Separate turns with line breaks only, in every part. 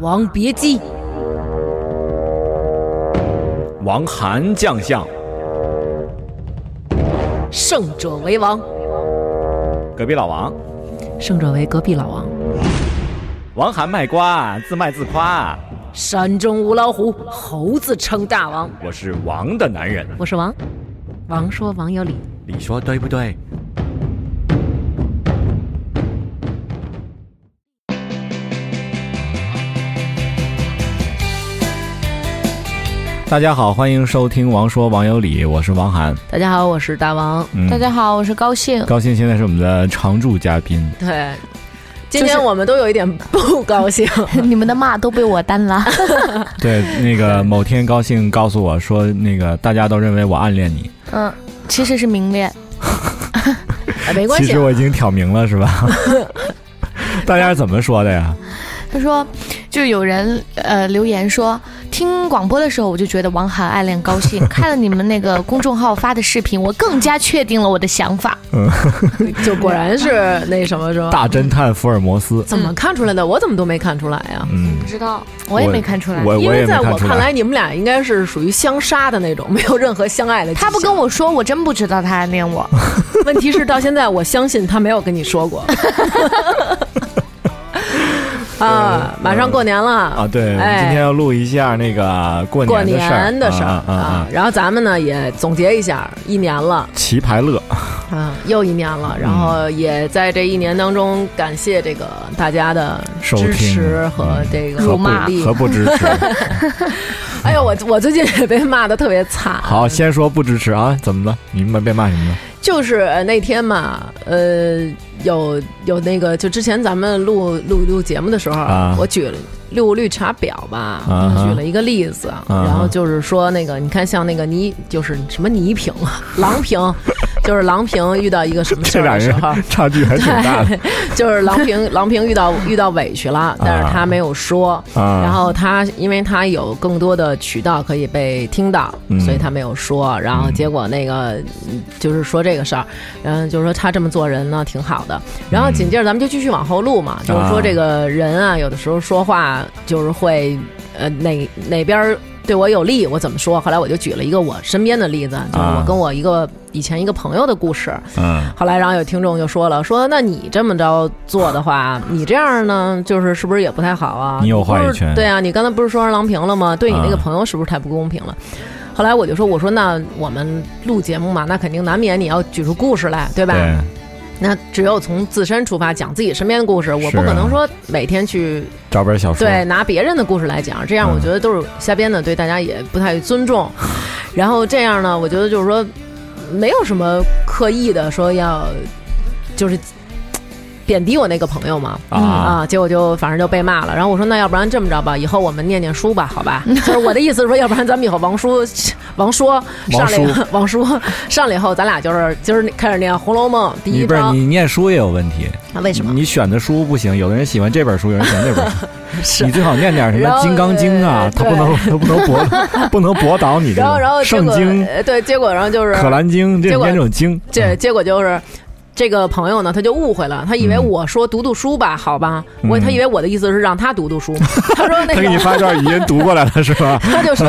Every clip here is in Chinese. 王别姬、
王韩将相，
胜者为王，
隔壁老王，
胜者为隔壁老王。
王韩卖瓜，自卖自夸。
山中无老虎，猴子称大王。
我是王的男人，
我是王，王说王有理。
你说对不对？大家好，欢迎收听《王说王有理》，我是王涵。
大家好，我是大王。
嗯
大家好，我是高兴。
高兴，现在是我们的常驻嘉宾。
对，
今天我们都有一点不 高兴，
你们的骂都被我担 了，
对，那个某天高兴告诉我说，那个大家都认为我暗恋你，
嗯，其实是明恋，
哎没关
其
系
实。我已经挑明了，是吧？大家是怎么说的呀？
他说，就有人呃留言说，听广播的时候我就觉得王涵暗恋高 兴，看了你们那个公众号发的视频，我更加确定了我的想法。
就果然是那什么是吧？
大侦探福尔摩斯，
怎么看出来的？我怎么都没看出来呀、
嗯，
知道，我也没看出来。
呃
我
因
我也
为
没
在
看
我
出
看来，你们俩应该是属于相杀的那种，没有任何相爱的迹象。
他不跟我说，我真不知道他暗恋我。
问题是到现在，我相信他没有跟你说 过。啊，马上过年了
呃啊，对，
哎
今天要录一下那个过
过
的事儿，
年的事儿
啊啊啊！
然后咱们呢也总结一下，一年了
棋牌乐，
啊，又一年
嗯
了，然后也在这一年当中感谢这个大家的
收
支
听
持和这个
何
辱
不
骂
力
何不支 持？
哎呦，我我最近也被骂的特别惨，
好，先说不支持啊，怎么了？你们被骂什 么了？
就是呃那天嘛，呃，有有那个，就之前咱们录录录节目的时候，
啊
我举了六绿茶婊吧，
啊哈啊
举了一个例子，
哈
然后就是说那个，你看像那个倪，就是什么倪萍啊， 郎平，就是郎平遇到一个什么事
这
儿
俩
的时
人
候，
差距还挺 大的
就是郎平，郎平遇到遇到委屈了，但是他没有说。
啊。
然后他，因为他有更多的渠道可以被听到，
嗯
所以他没有说。然后结果那个嗯就是说这个事儿，然后就是说他这么做人呢挺好的。然后紧接着咱们就继续往后录嘛，就是说这个人啊，有的时候说话就是会呃哪哪边儿对我有利，我怎么说？后来我就举了一个我身边的例子，就是我
啊
跟我一个以前一个朋友的故事。
嗯
后来，然后有听众就说了，说那你这么着做的话，你这样呢，就是是不是也不太好啊？
你有话语
不是
权
对啊，你刚才不是说让郎平了吗？对你那个
啊
朋友是不是太不公平了？后来我就说，我说那我们录节目嘛，那肯定难免你要举出故事来，对吧？
对，
那只有从自身出发讲自己身边的故事，我
是
不
啊
可能说每天去
找本小说，
对，拿别人的故事来讲，这样
嗯
我觉得都是瞎编的，对大家也不太尊重。然后这样呢，我觉得就是说，没有什么刻意的说要，就是贬低我那个朋友嘛。
啊
啊，结果就反正就被骂了。然后我说，那要不然这么着吧，以后我们念念书吧，好 吧？就是我的意思是说，要不然咱们以后王叔、王说上来以后， 王叔上来以后，咱俩就是今儿开始念《红楼梦》第
你
一
不是
章。
你念书也有问题，
啊为什么？
你选的书不行，有的人喜欢这本书，有人喜欢那本书。
是
你最好念点什么
然
《
后
金刚经》啊，
对
它不能 它不能驳不能驳倒你这
然后，然后
种。
结
圣
果
经、
呃对，结果然后就是
可兰经这
结
种
果
念这种经，
这结果就是。这个朋友呢，他就误会了，他以为
嗯
我说读读书吧，好吧，我
嗯
他以为我的意思是让他读读 书，他说那
他给你
个，
发段语音读过来了是吧？
他就说，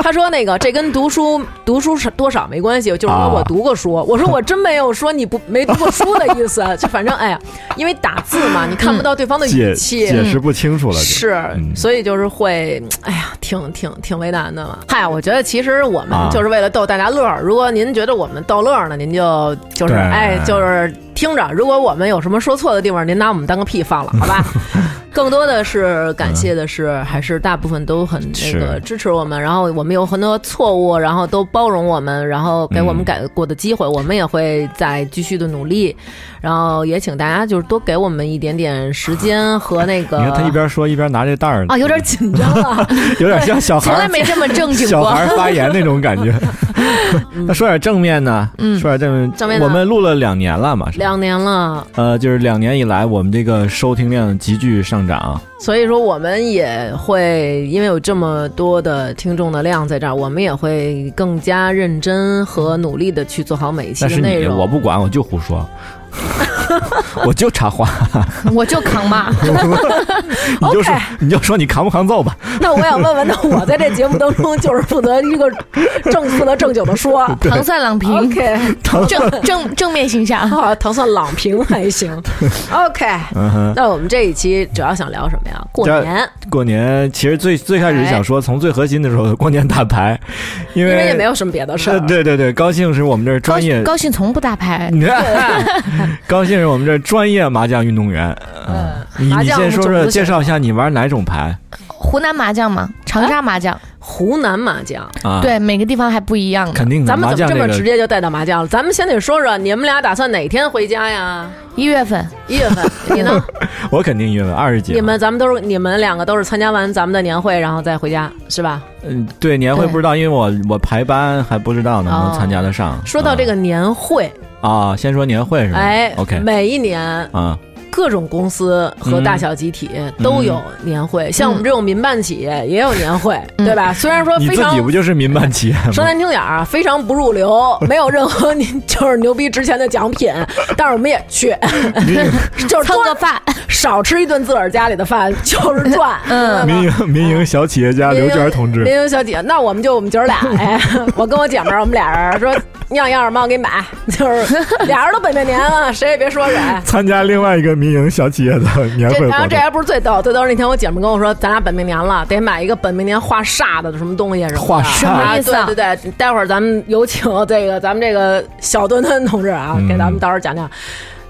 他说那个这跟读书读书是多少没关系，就是
啊
说我读过书，我说我真没有说你不没读过书的意思，就反正哎呀，因为打字嘛，你看不到 对方的
解
语气，
解释不清楚了就，
是，
嗯
所以就是会，哎呀，挺挺挺为难的嘛。嗨，我觉得其实我们
啊
就是为了逗大家乐儿。如果您觉得我们逗乐儿呢，您就就是
对
哎，就是听着。如果我们有什么说错的地方，您拿我们当个屁放了，好 吧？更多的是感谢的是，还是大部分都很那个
是
支持我们，然后我们有很多错误，然后都包容我们，然后给我们
嗯
改过的机会，我们也会再继续的努力。然后也请大家就是多给我们一点点时间和那个。
你看他一边说一边拿这袋儿，
啊，有点紧张 啊。
有点像小孩
从来
儿
没这么正经
小
过。
孩儿发言那种感觉。 那 说点正面呢？说点正面，
嗯正面呢
我们录了两年了嘛，是吧
两年了，
呃，就是两年以来，我们这个收听量急剧上涨。
所以说我们也会因为有这么多的听众的量在这儿，我们也会更加认真和努力的去做好每一期
那
的
是
内
你，
容。
我不管，我就胡说。我就插话，
我就扛骂。
你就说你就说你扛不扛揍吧。
那我想问问，那我在这节目当中就是负责一个正负责正经的 说
糖蒜郎平，
，OK，
正正正面形象。
啊，糖蒜朗屏还行 ，OK。
嗯哼，
那我们这一期主要想聊什么呀？过
这
年，
过年其实最最开始想说，从最核心的时候，过年打牌，因
哎因
为
为也没有什么别的事
是
儿，
对对对，高兴是我们这儿
高
专业，
高兴从不打牌，
你看， 高兴是我们这儿专业麻将运动员。嗯，你
麻
你
将
先说
种
说，
子
介
选
绍一下你玩哪种牌
湖南麻将嘛，长沙麻将，
湖南麻将。
啊？，
对，每个地方还不一样的。
肯定的。
咱们
嗯麻
怎么
将
这么
个
直接就带到麻将了？咱们先得说说你们俩打算哪天回家呀？
一月份，
一月份， 你呢？
我肯定因为二十几。
你们咱们都是你们两个都是参加完咱们的年会，然后再回家是吧？
嗯，对年会
对
不知道，因为我我排班还不知道能不能参加得上。
哦
嗯
说到这个年会，
啊，啊先说年会是吧？
哎
，OK，嗯
每一年
啊，
各种公司和大小集体都有年会，像我们这种民办企业也有年会，
嗯
对吧？虽然说
嗯你
非
自己
常
不就是民办企业
说
吗？
难听点儿啊，非常不入流，没有任何你 就是牛逼值钱的奖品，但是我们也去， 就是
蹭
多
个饭，
少吃一顿自个儿家里的饭 就是赚，
嗯
民
营民营小企业家
民营民营小姐，那我们就我们姐儿 俩，哎，我跟我姐们儿，我们俩人说，你想要什么我给你买， 就是俩人都本命年了，谁也别说 谁。
参加另外一个民营小企业的年
这然后这还不是最逗，最逗是那天我姐们跟我说，咱俩本命年了，得买一个本命年画煞的什么东西什么的。
画煞
什么意思啊
对对对，待会儿咱们有请这个咱们这个小墩墩同志啊，
嗯
给咱们到时候讲讲。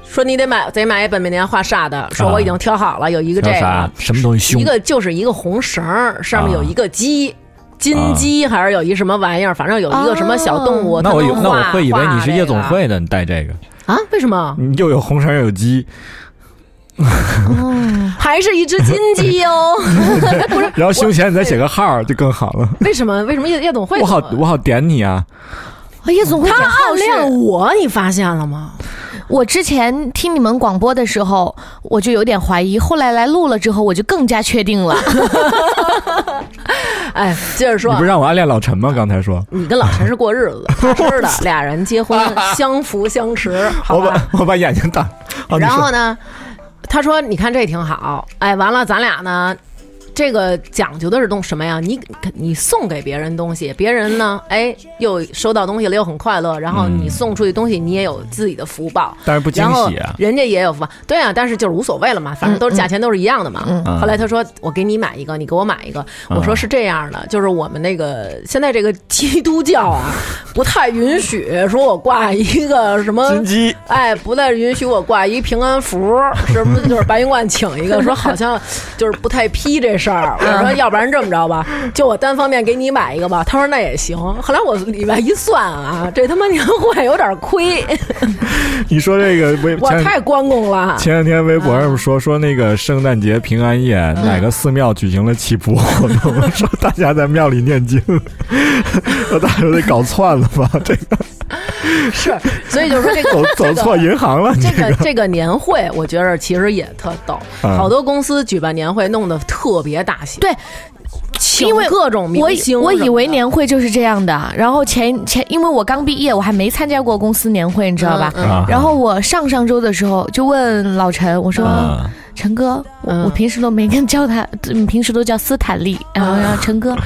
说你得买，得买一本命年画煞的。说我已经啊挑好了，有一个这
叫
个
啥，？什么东西
一
凶？啊
个就是一个红绳儿，上面有一个鸡。金鸡还是有一什么玩意儿，反正有一个什么小动物。
那我以
有
那我会以为你是夜总会的，你带这个，
啊？为什么？
你又有红绳儿又有鸡，
还是一只金鸡 哦？不是，
然后胸前你再写个号儿就更好了。
为什么？为什么夜夜总会？
我好我好点你啊！
哎夜总会
他
讲
暗
好事
恋哦我，你发现了吗？
我之前听你们广播的时候，我就有点怀疑，后来来录了之后，我就更加确定了。
哎，接着
你
说
不，是让我暗恋老陈吗？刚才说，
你跟老陈是过日子的，他知道，俩人结 婚相扶相持，好
我
吧？
把我把眼睛挡。哦好你
然
说
后呢，他说：“你看这挺好，哎，完了，咱俩呢，这个讲究的是东什么呀？你你送给别人东西，别人 呢，哎，又收到东西了，又很快乐，然后
嗯
你送出去东西，你也有自己的福报，
但嗯是不惊
然后
喜啊，
人家也有福报，对啊，但是就是无所谓了嘛，反正都是价钱都是一样的嘛。
嗯
后来他说：“我给你买一个，你给我买一个。”
嗯
我说：“是这样的，就是我们那个现在这个基督教 啊，不太允许说我挂一个什么
金鸡
哎，不再允许我挂一平安符，是不是就是白云观请一个？说好像就是不太批这事儿。我说，要不然这么着吧，就我单方面给你买一个吧。他说那也行。后来我礼拜一算啊，这他妈年会有点亏，
你说这个微
我
前
太关公了。
前两天微博上说说那个圣诞节平安夜
嗯
哪个寺庙举行了祈福活动，说大家在庙里念经， 我大家得搞串了 吧？这个
是，所以就是说这个
走 走错银行了，
这个这个年会，我觉得其实也特逗，
嗯
好多公司举办年会弄得特别大型，
对，
请
因为
各种
我
明
以
星
我
什
以
么
为
的
年会就是这样的，然后前前因为我刚毕业，我还没参加过公司年会，你知道吧？
嗯嗯
啊
然后我上上周的时候就问老陈，我说：“
啊，
陈哥，我、
嗯
我平时都没跟叫他， 嗯平时都叫斯坦利。然后
啊
然后陈哥，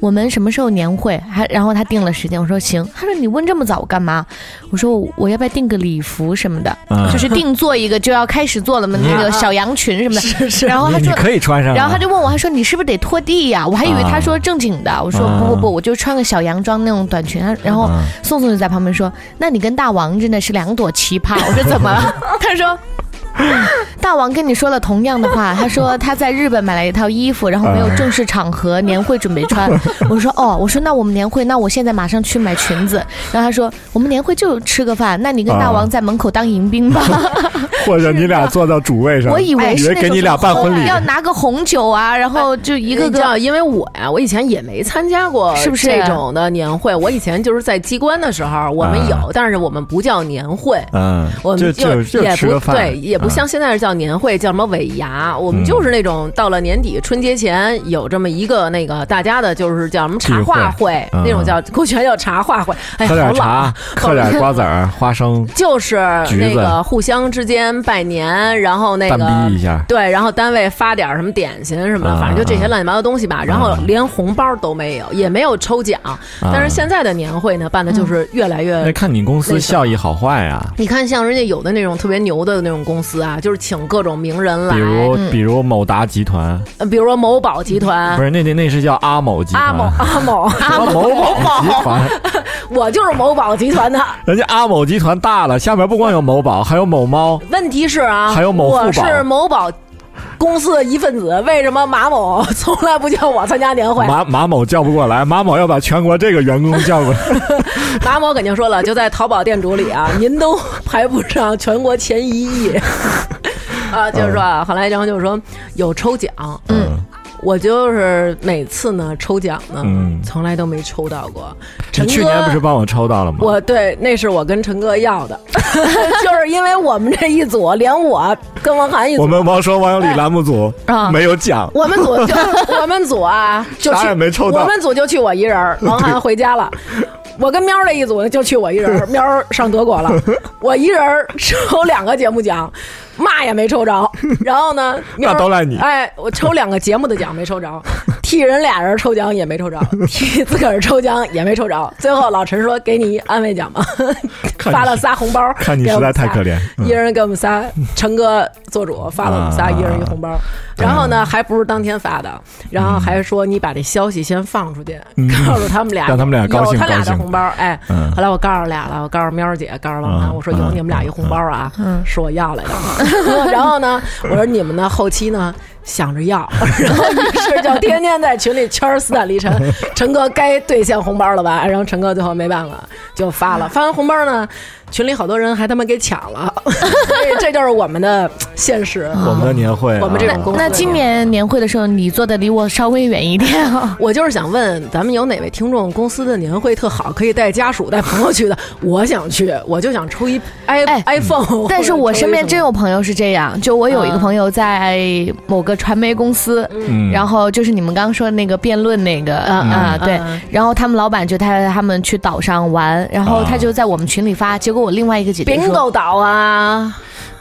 我们什么时候年会？还然后他定了时间，我说行。他说你问这么早干嘛？我说我我要不要订个礼服什么的，
啊
嗯
就是定做一个就要开始做了嘛，那
嗯
个小羊群什么的。
是是
嗯然后他
你你
说。
可以穿上啊，
然后他就问我，他说你是不是得拖地呀？我还以为他说正经的，我说不不
啊
不，我就穿个小洋装那种短裙。他然后
嗯
宋宋就在旁边说：“那你跟大王真的是两朵奇葩。”我说：“怎么 了？”他说：“大王跟你说了同样的话。”他说他在日本买了一套衣服，然后没有正式场合年会准备穿。 我说：“哦，我说那我们年会，那我现在马上去买裙子。”然后他说：“我们年会就吃个饭，那你跟大
啊
王在门口当迎宾吧。
或者你俩坐到主位上，
我以为是
哎以为
那
给
种
你俩办婚礼
要拿个红酒啊，然后就一个
你知
个
道，因为我呀，我以前也没参加过
是不是
啊
这种的年会。我以前就是在机关的时候，我们有，但是我们不叫年会，
嗯，
我
就
们
就就
也
吃
不
个饭，啊嗯
对，也不不像现在是叫年会，叫什么尾牙，我们就是那种到了年底春节前有这么一个那个大家的，就是叫什么茶话
聚
会
嗯
那种叫，过去还叫茶话会，哎，好
喝点
老啊
茶，，嗑点瓜子 儿、花生，
就是
橘
那
子
个互相之间拜年，然后那
淡逼
个
一下。
对，然后单位发点什么点心什么的，
啊
反正就这些乱七八糟东西吧。然后连红包都没有，也没有抽奖。但是现在的年会呢，办的就是越来越
啊那看你公
那
司
个
效益好坏啊，
你看，像人家有的那种特别牛的那种公司啊，就是请各种名人来，
比如
嗯啊
比如某达集团，
呃比如说某宝集
不
团、
是那啊那那是叫阿某集
阿
团，
某、阿 某，
什么某宝集团，
我就是某宝集团的。
人家阿某集团大了，下面不光有某宝，还有某猫，
问题是啊，
还有某
我
富宝
是某宝公司的一份子，为什么马某从来不叫我参加年会？
马马某叫不过来，马某要把全国这个员工叫过来，
马某肯定说了，就在淘宝店主里啊，您都排不上全国前一亿。 啊，就是说啊，后来然后就是说有抽奖，
嗯，
我就是每次呢抽奖呢，
嗯
从来都没抽到过。
你
陈
去
哥
年不是帮我抽到了吗？
我对，那是我跟陈哥要的， 就是因为我们这一组，连我跟王涵一组，
我们王说王有理栏目组
啊
没有奖，
我们 组就我们组啊，就去
啥也没抽到
我们组就去我一人儿，王涵回家了。我跟喵儿这一组就去我一 人儿，喵儿上德国了，我一人儿抽两个节目奖，嘛也没抽着。然后 呢，喵儿
那都赖你
哎，我抽两个节目的奖没抽着，替人俩人抽奖也没抽着，替自个儿抽奖也没抽着。最后老陈说：“给你安慰奖吧。”
看你
发了仨红包，
看你
给我
实在
们
太
仨
可怜嗯
一人给我们仨，陈哥做主发了我们仨
啊嗯
一人一红包。然后呢，还不是当天发的，然后还说你把这消息先放出去，告诉他们俩，
嗯让他们俩高兴
有他俩的
高兴
红包。哎
嗯，
后来我告诉俩了，我告诉喵儿姐，告诉王涵，
嗯
我说有
嗯
你们俩一红包啊，
嗯
是我要来的。 然后呢，我说你们呢，后期呢。想着要， 然后于是就天天在群里圈儿斯坦利陈，陈哥该兑现红包了吧？然后陈哥最后没办法就发了，发完红包呢，群里好多人还他妈给抢了， 所以这就是我们的现实。
嗯
我们的年会啊，
我们这种公司
那今年年会的时候，你坐的离我稍微远一点 啊。
我就是想问，咱们有哪位听众公司的年会特好，可以带家属、带朋友去的？我想去，我就想抽一 i、
哎
iPhone。
但是我身边真
有
有朋友是这样，就我有一个
嗯
朋友在某个传媒公司，
嗯，
然后就是你们刚刚说的那个辩论那个
嗯
啊，
嗯
对
嗯，
然后他们老板就带他们去岛上玩，然后他就在我们群里发，结果我另外一个姐姐
冰
说，
豆岛啊，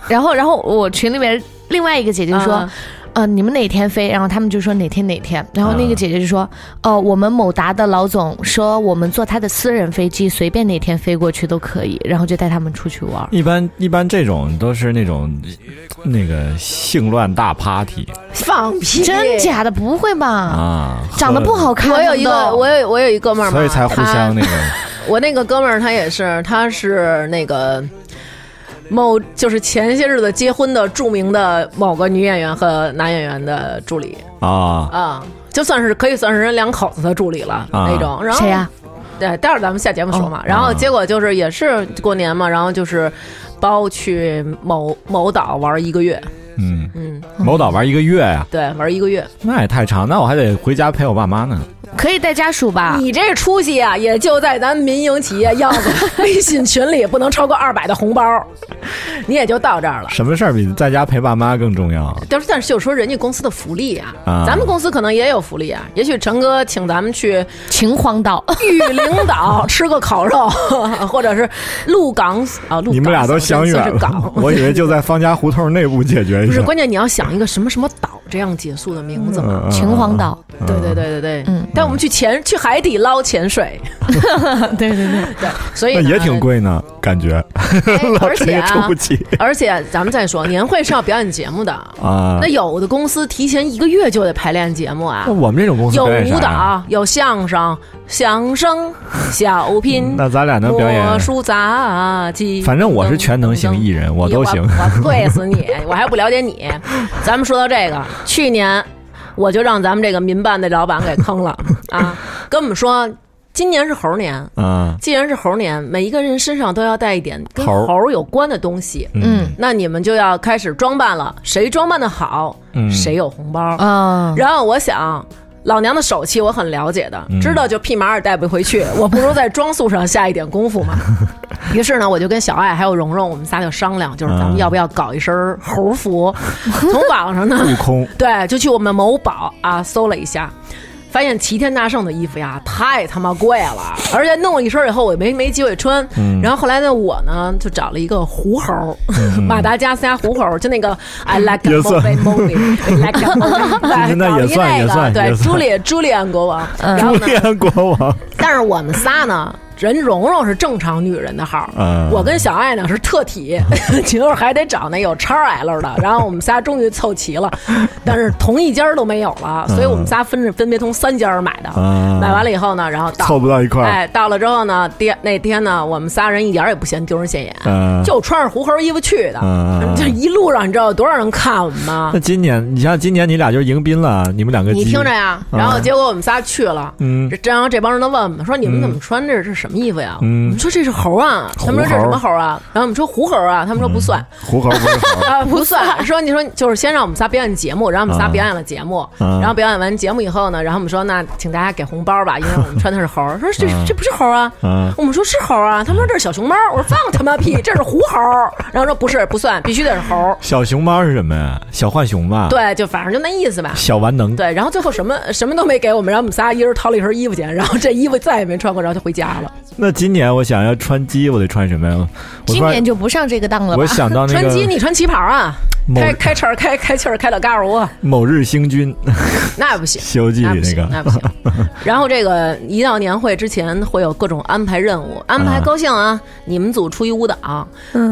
然后然后我群里面另外一个姐姐说
嗯。
呃，你们哪天飞？然后他们就说哪天哪天。然后那个姐姐就说，
嗯
哦，我们某达的老总说我们坐他的私人飞机，随便哪天飞过去都可以。然后就带他们出去玩。
一般一般这种都是那种那个性乱大 party
放屁！
真？假的？不会吧？
啊，
长得不好看。
我有一
他们
个，
都
我有我有一哥们儿嘛，
所以才互
他
相那个
我那个哥们儿他也是，他是那个某就是前些日子结婚的著名的某个女演员和男演员的助理
啊
啊、就算是可以算是人两口子的助理了、
啊
那种。然后
谁呀？
对，待会儿咱们下节目说嘛。
哦
然后
啊
结果就是也是过年嘛，然后就是包去某某岛玩一个月，
嗯，
嗯，
某岛玩一个月呀，
对，玩一个月。
那也太长，那我还得回家陪我爸妈呢。
可以带家属吧？
你这出息啊，也就在咱民营企业样子微信群里不能超过二百的红包， 你也就到这儿了。
什么事儿比在家陪爸妈更重要？
但是，但是就说人家公司的福利啊，
啊
咱们公司可能也有福利啊。也许陈哥请咱们去
秦皇岛
玉陵岛吃个烤肉， 或者是鹿港啊，鹿港
你们俩都想远
算是
了
港，，
我以为就在方家胡同内部解决一
不是
下。
关键，你要想一个什么什么岛这样结束的名字嘛？
嗯
秦皇岛，
对对对对对，
嗯
但我们去潜去海底捞潜水，
对对对，
对，所以
那
呢
也挺，贵呢，感觉
哎
老
而
陈
且
也出
啊
不，起
而且咱们再说，年会是要表演节目的，
啊
那。有的公司提前一个月就得排练节目啊
那。我们这种公司
有
表演啥
舞
呀？
蹈，有相声、相 声、小品、
那咱俩能表演
魔？术杂技。
反正我是全能型艺人，我都行。
我 跪死你！我还不了解你。咱们说到这个，去年我就让咱们这个民办的老板给坑 了啊，跟我们说今年是猴年。
啊，
既然是猴年，每一个人身上都要带一点跟
猴儿
猴儿有关的东西，
嗯
那你们就要开始装扮了。谁装扮的好，
嗯
谁有红包。
啊，
然后我想，老娘的手气我很了解的
嗯，
知道就屁麻也带不回 去，我不如在装束上下一点功夫嘛。 于是呢，我就跟小爱还有蓉蓉，我们仨就商量，就是咱们
嗯
要不要搞一身猴服？ 从网上呢，
悟空，
对，就去我们某宝啊搜了一下，发现齐天大圣的衣服呀太他妈贵了，而且弄了一身以后我也没没机会穿。
嗯
然后后来呢，我呢就找了一个狐猴， 马达加斯加狐猴，就那 个 I like
也
a
算
movie movie like a movie，
那也算也算
对
也，算嗯
朱莉朱莉安国王。然 后呢，
天国 王，
但是我们仨呢，人蓉蓉是正常女人的号，
嗯
我跟小爱呢是特体，结果还得找那有叉 L 的。然后我们仨终于凑齐了，但是同一家都没有了，所以我们仨分着分别从三家买的。
嗯
买完了以后呢，然后到
凑不到一块儿
哎，到了之后呢，第那天呢，我们仨人一点儿也不嫌丢人现眼，
嗯
就穿着狐猴衣服去的。
嗯
就一路上，你知道有多少人看我们吗
那？今年，你像今年你俩就是迎宾了，你们两个
你
鸡
听着，呀，然后结果我们仨去了，
嗯
这然后这帮人都问我们说：“你们怎么穿这是什么衣服呀？”
嗯
我们说：“这是嗯猴啊。”他们说：“这是什么猴啊？”然后我们说：“狐猴啊。”他们说：“不算。
狐猴不是猴
啊，不算。说你说就是先让我们仨表演节目，然后我们仨表演了节目，
啊
然后表演完节目以后呢，然后我们说那请大家给红包吧，因为我们穿的是猴儿。说这、这不是猴儿啊，
啊
我们说是猴儿啊，他们说这是小熊猫，我说放他妈屁，这是狐猴儿。然后说不是不算，必须得是猴儿。
小熊猫是什么呀？小浣熊吧？，
对，就反正就那意思吧。
小完能。
对，然后最后什么什么都没给我们，然后我们仨一人掏了一身衣服钱，然后这衣服再也没穿过，然后就回家了。
那今年我想要穿鸡，我得穿什么呀？我
今
突然
年就不上这个当了吧
我？想到那
穿鸡
个
你穿旗袍啊，
某
开开叉儿开开气儿开到嘎儿窝，
某日星君， 《
那不行。
西 游记
那》
里
啊不行，
那个
那 不行。然后这个一到年会之前会有各种安排任务，安排高兴啊，你们组出一舞蹈，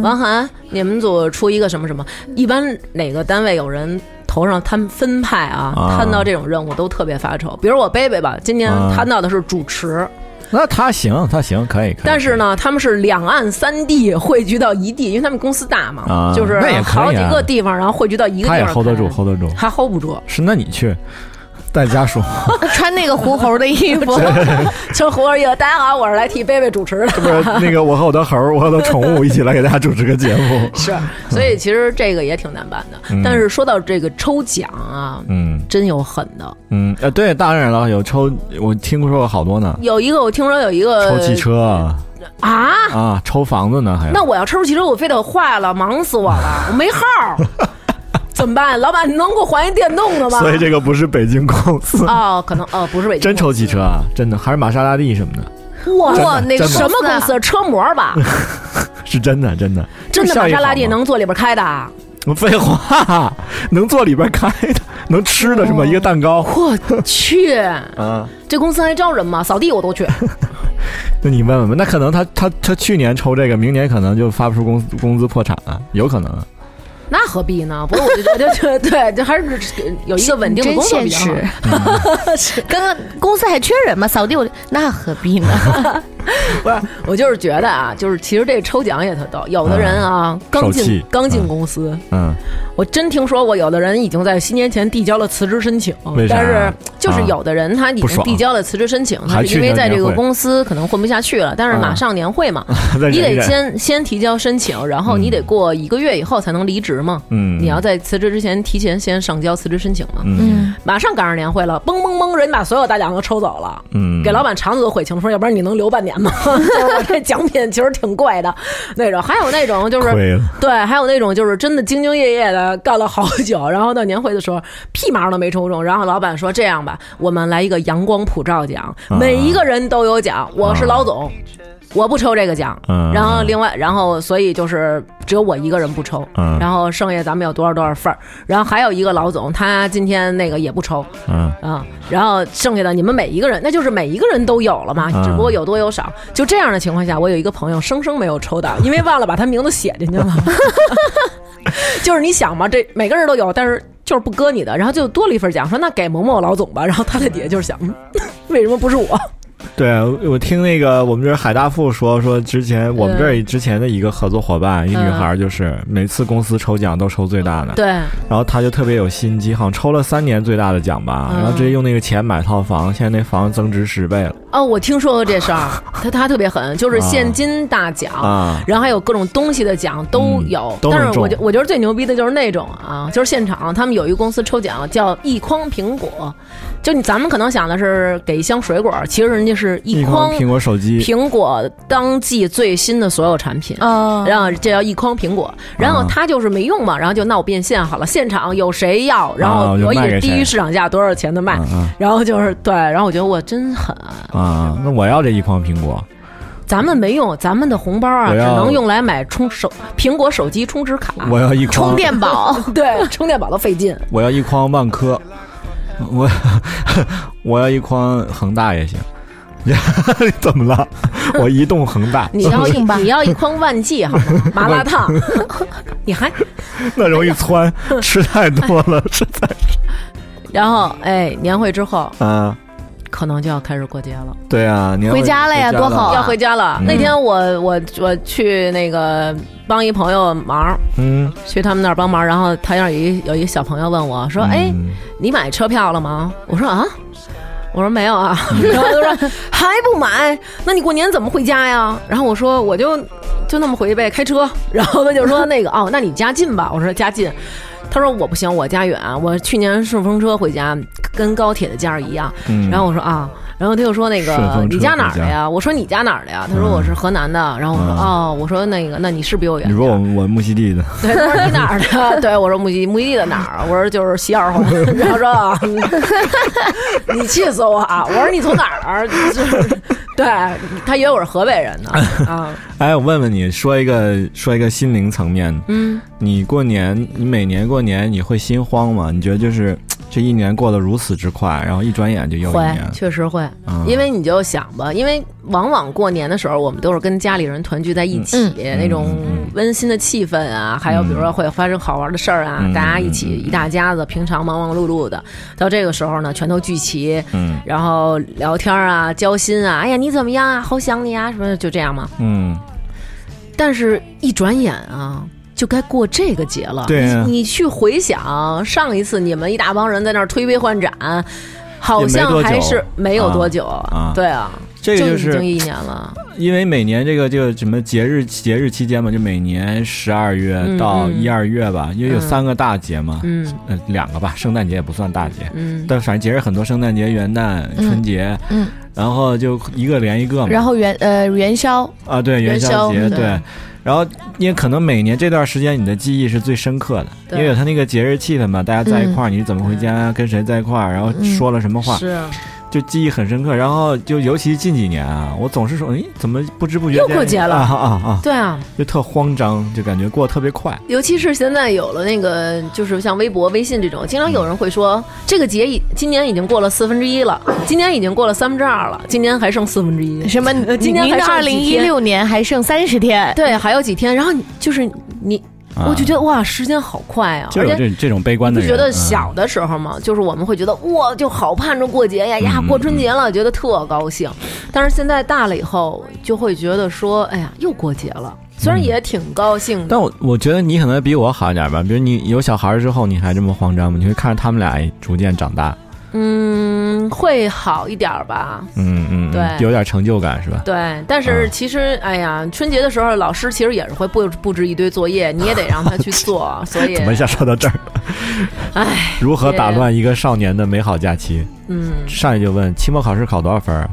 王涵，你们组出一个什么什么。一般哪个单位有人头上摊分派啊，
啊
摊到这种任务都特别发愁。比如我贝贝吧，今年
啊
摊到的是主持，
那他行，他行，可以。可以
但是，呢，他们是两岸三地汇聚到一地，因为他们公司大嘛，
啊
就是
那也可以啊
好几个地方，然后汇聚到一个地
他
方
也
开。
hold 得住，hold 得住。
还 hold 不住，
是，那你去带家属，
穿那个狐猴的衣服，
称胡二爷，大家好，我是来替贝贝主持的。
不是那个我和我的猴儿，我和我的宠物一起来给大家主持个节目。
是，
嗯
所以其实这个也挺难办的。但是说到这个抽奖啊，
嗯
真有狠的。
嗯，呃，对，当然了，有抽，我听说过好多呢，
有一个我听说有一个
抽汽车啊，
啊，
啊抽房子呢，还有
那我要抽汽车，我非得坏了，忙死我 了，我没号儿，怎么办？老板，你能给我还一电动的吗？
所以这个不是北京公司，
哦，可能哦，不是北京
真抽汽车啊，真的还是玛莎拉蒂什么的，
哇
哇，那
真的
个
什么公司？车模吧，
是真的真的。
真的
效
玛
益
莎拉
好
蒂
吗
能坐里边开的 啊？
废话，能坐里边开的，能吃的是
哦
吗？一个蛋糕
我去，
啊？
这公司还招人吗？扫地我都去。
那你问问吧，那可能他他他去年抽这个，明年可能就发不出工资工资破产了，有可能。
那何必呢？不是，我就 觉得这对，这还是 有一个稳定的
真
工作
现
比较好。
实。 刚刚公司还缺人吗？扫地我那何必呢？
不是，我就是觉得啊，就是其实这抽奖也特逗。有的人啊，刚
嗯受
进
气
刚进
嗯
公司，
嗯，
我真听说过有的人已经在新年前递交了辞职申请
为，啥
但
呀
是就是
啊
有的人他已
不
经
爽
递交了辞职申请，他
还
是因
去
为
那
在这
年
个
会
公司可能混不下去了，但是马
啊
上年会嘛，
再
你
忍一
得
忍。
先先提交申请，然后你得过一个月以后才能离职嘛。
嗯，
你要在辞职之前提前先上交辞职申请嘛。
嗯
马上赶上年会了，嘣嘣嘣，人把所有大奖都抽走了。
嗯，
给老板肠子都悔青，说要不然你能留半年 吗？ 就是我这奖品其实挺贵的那种，还有那种就是
亏了。
对，还有那种就是真的兢兢业业的干了好久，然后到年会的时候屁毛都没抽中，然后老板说这样吧，我们来一个阳光普照奖，
啊
每一个人都有奖，我是老总。我不抽这个奖，
嗯
然后另外，然后所以就是只有我一个人不抽，
嗯
然后剩下咱们有多少多少份儿，然后还有一个老总，他今天那个也不抽，
嗯，
啊、然后剩下的你们每一个人，那就是每一个人都有了嘛，
嗯
只不过有多有少。就这样的情况下，我有一个朋友生生没有抽到，因为忘了把他名字写进去 了。就是你想嘛，这每个人都有，但是就是不搁你的，然后就多了一份奖，说那给某某老总吧。然后他在底下 就是想，嗯为什么不是我？
对，我听那个我们这儿海大富说说之前我们
嗯
这儿之前的一个合作伙伴，一女孩儿就是每次公司抽奖都抽最大的，
对，
然后她就特别有心机，好像抽了三年最大的奖吧，
嗯
然后直接用那个钱买套房，现在那房增值十倍了。
哦，我听说过这事儿，他他特别狠，就是现金大奖，
啊
然后还有各种东西的奖都有
嗯。都能
但是我
中
觉我觉得最牛逼的就是那种啊，就是现场他们有一个公司抽奖叫一筐苹果，就你咱们可能想的是给一箱水果，其实人家是一
一筐苹果手机，
苹果当季最新的所有产品。
嗯，
然后这叫一筐苹果，然
啊
后他就是没用嘛，然后就闹变现好了，现场有谁要，然后
啊就
我
卖
以
给
低
谁
于市场价多少钱的卖，
啊
然后就是对，然后我觉得我真狠，
啊啊！那我要这一筐苹果，
咱们没用，咱们的红包啊，
我
只
要
能用来买充手苹果手机啊充值卡，
我要一
充
筐，
电宝，
对，充电宝都费劲。
我要一筐万科，我我要一筐恒大也行。 怎么了？我移动恒 大，
你要一
行吧
你要一筐万记 好吗？麻辣烫， 你还
那容易窜，吃太多了，实在
然后哎，年会之后
啊。
可能就要开始过节了，
对啊，你要
回家了呀多好啊
要回家了。
嗯
那天我我我去那个帮一朋友忙，
嗯，
去他们那儿帮忙，然后他那儿有一有一小朋友问我说：“哎，
嗯
你买车票了吗？”我说：“啊。”我说没有 啊，然后他说还不买，那你过年怎么回家呀？然后我说我就就那么回去呗，开车。然后他就说那个哦，那你家近吧？我说家近。他说我不行，我家远，我去年顺风车回家跟高铁的价儿一样。
嗯
然后我说啊，然后他又说那
顺
个
风车
你家哪儿
回
的
家
呀？我说你家哪儿的呀？他说我是河南的。然后我说
嗯
哦，我说那个那你是比我远
你
点儿。
说我我木西地的，
对，他说你哪儿的？ 对我说木西木西地的哪儿？啊我说就是西二 环。然后说啊，你你气死我啊！我说你从哪儿？ 就是对他以为我是河北人 呢啊。
哎，我问问你，说一个说一个心灵层面，
嗯，
你过年，你每年过年你会心慌吗？你觉得就是这一年过得如此之快，然后一转眼就又一
会
年，
确实会，
嗯
因为你就想吧，因为往往过年的时候，我们都是跟家里人团聚在一起，
嗯
那种
嗯嗯
温馨的气氛啊，还有比如说会发生好玩的事儿啊，
嗯
大家一起
嗯
一大家子，平常忙忙碌碌的，到这个时候呢，全都聚齐，
嗯
然后聊天啊，交心啊，哎呀，你怎么样啊？好想你啊，什么的，就这样嘛。
嗯，
但是，一转眼啊，就该过这个节了。
对啊
你你去回想上一次你们一大帮人在那儿推杯换盏，好
也没多
像
久
还是没有多久。
啊
对啊，
这个就
已经
是
一年了。
因为每年这个这个什么节日节日期间嘛，就每年十二月
嗯
到
嗯
一二月吧，因为有
嗯
三个大节嘛，
嗯
呃，两个吧，圣诞节也不算大节，
嗯，
但反正节日很多，圣诞节、元旦、
嗯
春节，
嗯，
然后就一个连一个嘛，
然后元呃元宵，
啊，对，元宵
元宵嗯
节，对
对。
然后，因为可能每年这段时间你的记忆是最深刻的，
对嗯
因为有他那个节日气氛嘛，大家在一块儿，你是怎么回家，跟谁在一块儿，然后说了什么话，
是
就记忆很深刻。然后就尤其近几年啊，我总是说，哎，怎么不知不觉
又
间
过节了
啊啊啊，
对啊，
就特慌张，就感觉过得特别快。
尤其是现在有了那个，就是像微博、微信这种，经常有人会说，这个节已今年已经过了四分之一了，今年已经过了三分之二了，今年还剩四分之一。
什么？呃
今年
您
还
的二
剩
零
几
一
天
六年还剩三十天，
对，还有几天，然后你就是你，
啊
我就觉得哇，时间好快啊！
就
而
有
且
这这种悲观
你
的
不
人，
觉得
嗯
小的时候嘛，就是我们会觉得哇，就好盼着过节呀呀
嗯，
过春节了，觉得特高兴。但是现在大了以后，就会觉得说，哎呀，又过节了，虽
嗯
然也挺高兴的，
但我我觉得你可能比我好一点吧，比如你有小孩儿之后，你还这么慌张吗？你会看着他们俩逐渐长大，
嗯，会好一点儿吧。
嗯嗯，嗯
对
有点成就感是吧？
对，但
嗯
是其实，哎呀，春节的时候，老师其实也是会布布置一堆作业，你也得让他去做，所以
怎，么一下说到这儿？
哎，
如何打乱一个少年的美好假期？
嗯，啊
上来就问期末考试考多少分儿？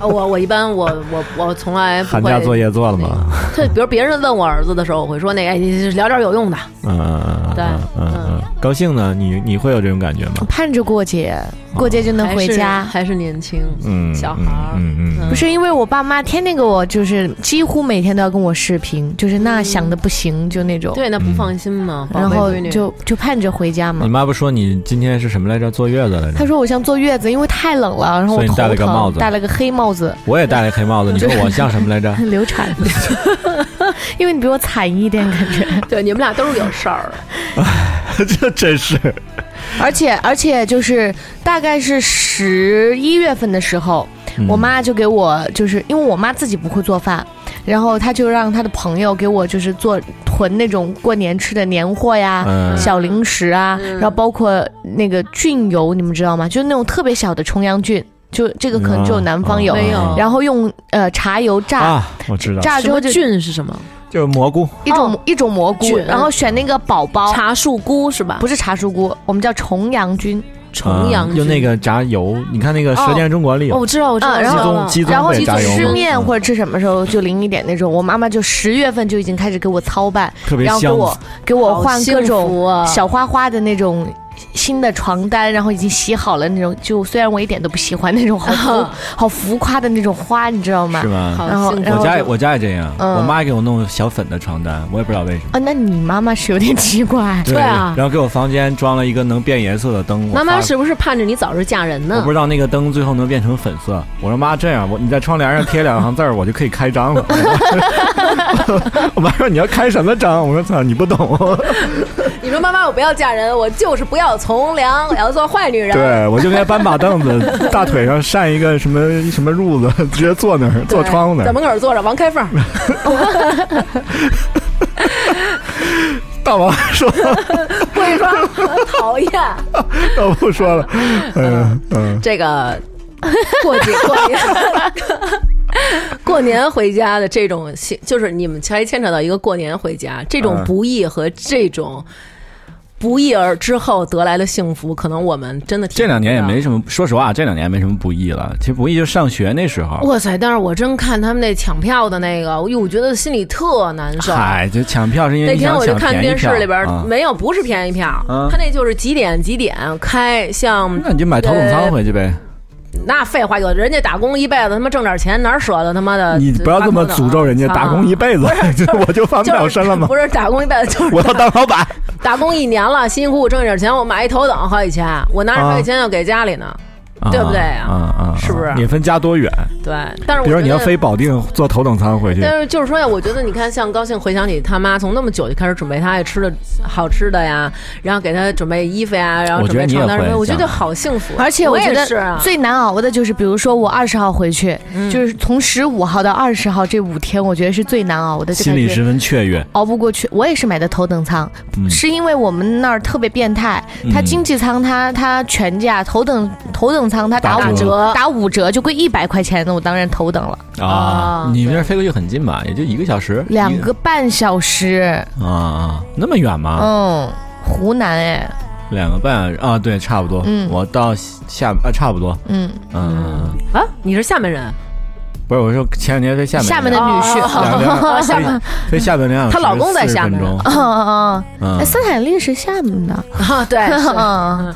啊
我我一般我我我从来不
寒假
会
作业做了吗？
对，比如别人问我儿子的时候，我会说那个，哎，你聊点有用的。
嗯嗯嗯
对
嗯嗯
嗯
嗯，高兴呢？你你会有这种感觉吗？
盼着过节，过节就能
还
回
是
家。
还是年轻，
嗯，
小孩儿
嗯嗯嗯
嗯
不是因为我爸妈天天给我，就是几乎每天都要跟我视频，就是那想的不行，就那种。
对，那不放心嘛。宝
然
贝
后
闺女
就就盼着回家嘛
你。妈不说你今天是什么来着？坐月子来
他
着？
说我像坐月子，因为太冷了，然后
所
我
以你
头
戴了
疼，
个帽子
戴了个黑帽子，
我也戴了黑帽子，你说我像什么来着？
流产。 因为你比我惨一点，感觉。
对你们俩都是有事 儿，
这真是
而且而且就是大概是十一月份的时候，
嗯
我妈就给我，就是因为我妈自己不会做饭，然后她就让她的朋友给我就是做囤那种过年吃的年货呀。
嗯
小零食啊，
嗯
然后包括那个菌油，你们知道吗？就是那种特别小的重阳菌，就这个可能只有南方有
啊。
没有
啊
然后用呃茶油炸，
啊，我知道，
炸之
什
后
么
就
菌是什么？
就是蘑菇
一种一种蘑菇，
菌
然后选那个宝宝，
茶树菇哦是吧？
不是茶树菇，我们叫重阳菌。
重阳
啊
菌
用那个炸油，你看那个《舌尖中国》里
哦，
有
我知道，我知道，
啊然
我知道
后
了
鸡
然后
会
去
炸油
吃
吗
面
嗯
或者吃什么时候就淋一点那种。我妈妈就十月份就已经开始给我操办，
特别
然后给
香，
我给我换各
好幸
种
福啊
小花花的那种新的床单，然后已经洗好了那种。就虽然我一点都不喜欢那种好 浮好浮夸的那种花，你知道吗
是？吗？
好
然后
幸福
然
嗯我
后
家也
就
我家也这样，
嗯
我妈给我弄小粉的床单，我也不知道为什么。
啊，那你妈妈是有点奇 怪。
对啊
然后给我房间装了一个能变颜色的灯。我
妈妈
发
是不是盼着你早日嫁人
我
呢
不？知道那个灯最后能变成粉色。我说妈，这样我你在窗帘上贴两行字儿，我就可以开张了。 我妈说你要开什么张？我说操，你不懂。
你说妈妈，我不要嫁人，我就是不要 从良，我要做坏女人。
对，我就该搬把 凳子，大腿上扇一个什么什么褥子，直接坐那儿，坐窗户那
在
儿。
门口坐着，王开 凤。
大王说，
我跟你说，讨厌
我不说 了。嗯嗯，
这 个过节过年过年回家的这种心，就是你们还牵扯到一个过年回家这种
嗯
不易和这种不易而之后得来的幸福，可能我们真的体
这两年也
会不到
没什么，说实话，这两年没什么不易了。其实不易就上学那时候，
哇塞！但是我真看他们那抢票的那个，我哟我觉得心里特难受。
嗨，就抢票是因为
那
你
天
想
我就
抢
看
便
电
宜票
视里边
啊
没有，不是便宜票，
嗯
他那就是几点几点开，像
那你就买头等舱回去呗。
那废话，有人家打工一辈子，他妈挣点钱哪舍得他妈的？
你不要这么诅咒人家，打工一辈子，我就翻不
啊呃 就是
了身了吗？
不是打工一 辈子，就是
我要当老板，
打工一年了，辛辛苦苦挣一点钱，我买一头等好几千，我
啊
拿着好几千要给家里呢，对不对啊
啊啊，
是不是
你分家多远？
对。但是我
比
觉
如说
得
你要飞保定，坐头等舱回去，
但是就是说呀，我觉得你看，像高兴回想起他妈从那么久就开始准备他爱吃的好吃的呀，然后给他准备衣服呀，然后
我觉
准
得
备
你也
床单什么的，
会
我觉
这
得
样
好幸福。
而且
我
我觉
也是啊嗯
得最难熬的就是，比如说我二十号回去，就是从十五号到二十号这五天，我觉得是最难熬的，就
心
感
里
觉
十分雀跃。
熬不过去。我也是买的头等舱，
嗯
是因为我们那儿特别变态，它
嗯
经济舱它它全价，头等头等舱它打
打
五
折嗯
打五折就贵一百块钱，那我当然头等了，
啊
你们那儿飞过去很近吧？也就一个小时，
两个半小时，
啊啊，那么远吗？
嗯，湖南哎，
两个半啊，对，差不多。
嗯
我到下啊，差不多。
嗯，
嗯，
啊，你是厦门人，
不是，我说前两天飞厦门，
厦门的女婿，
哦
两个
哦厦门
飞飞厦门两小时
她老公在啊厦门
40分钟
嗯嗯嗯，
嗯
哎，斯坦利是厦门的，
啊，对，是
嗯，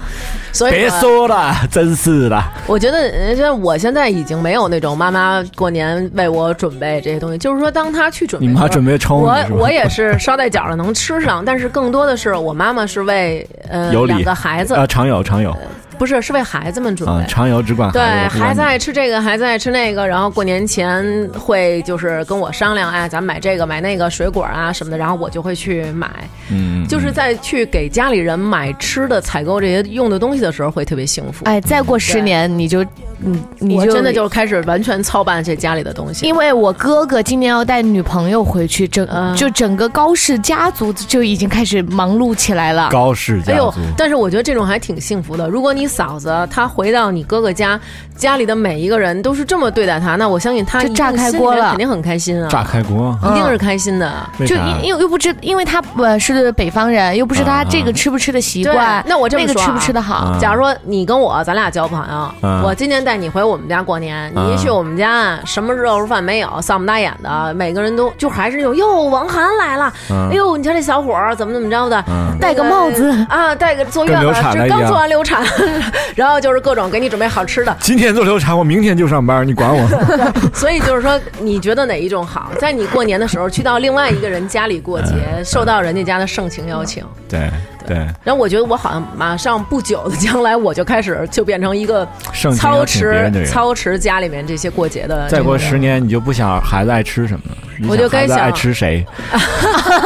所以
别
说
说了，真是的。
我觉得，呃像我现在已经没有那种妈妈过年为我准备这些东西，就是说，当她去准备，
你妈准备冲
我
你是吧
我也是捎带脚的能吃上，但是更多的是我妈妈是为呃
有理
两个孩子，
啊，常有常有
不是是为孩子们准
啊，
备。
常有只管
对，
孩子不管
孩子
你
爱吃这个，孩子爱吃那个，然后过年前会就是跟我商量，哎，咱买这个买那个水果啊什么的，然后我就会去买，
嗯，嗯
就是在去给家里人买吃的、采购这些用的东西的时候，会特别幸福。
哎，再过十年你就，你你
我
就
真的就开始完全操办这家里的东西，
因为我哥哥今年要带女朋友回去，整、
嗯
就整个高氏家族就已经开始忙碌起来了。
高氏
哎
家
呦
族，，
但是我觉得这种还挺幸福的。如果你嫂子她回到你哥哥家，家里的每一个人都是这么对待她，那我相信她
就
一定
炸开
心里
锅
面
了嗯
肯定很开心啊，
炸开锅，
一定是开心的。
为
就
啥嗯
因因为又不知，因为他呃是北方人，又不知道他
啊
这个吃不吃的习
对
惯，，
那我这
那
么
个
说啊
吃不吃的 好。
啊
假如说你跟我，咱俩交朋友，
嗯
我今年带你回我们家过年，你一去我们家，什么热乎饭没有，丧不搭眼的，每个人都就还是那种哟，王涵来了，
嗯
哎呦，你瞧这小伙儿怎么怎么着的，
嗯
戴个帽子，
啊，带个坐月
跟流
子，
产了
这
一
刚
样
做完流产， 然后就是各种给你准备好吃的，
今天做流产，我明天就上班，你管我？
所以就是说，你觉得哪一种好？在你过年的时候去到另外一个人家里过
嗯
节，受到人家家的盛情邀请。
对对，
然后我觉得我好像马上不久的将来，我就开始就变成一个
盛情
操
邀请别人的
持
人。
操持家里面这些过节的。
再过十年，你就不想孩子爱吃什么了，你
我就该
孩子
想
爱吃谁。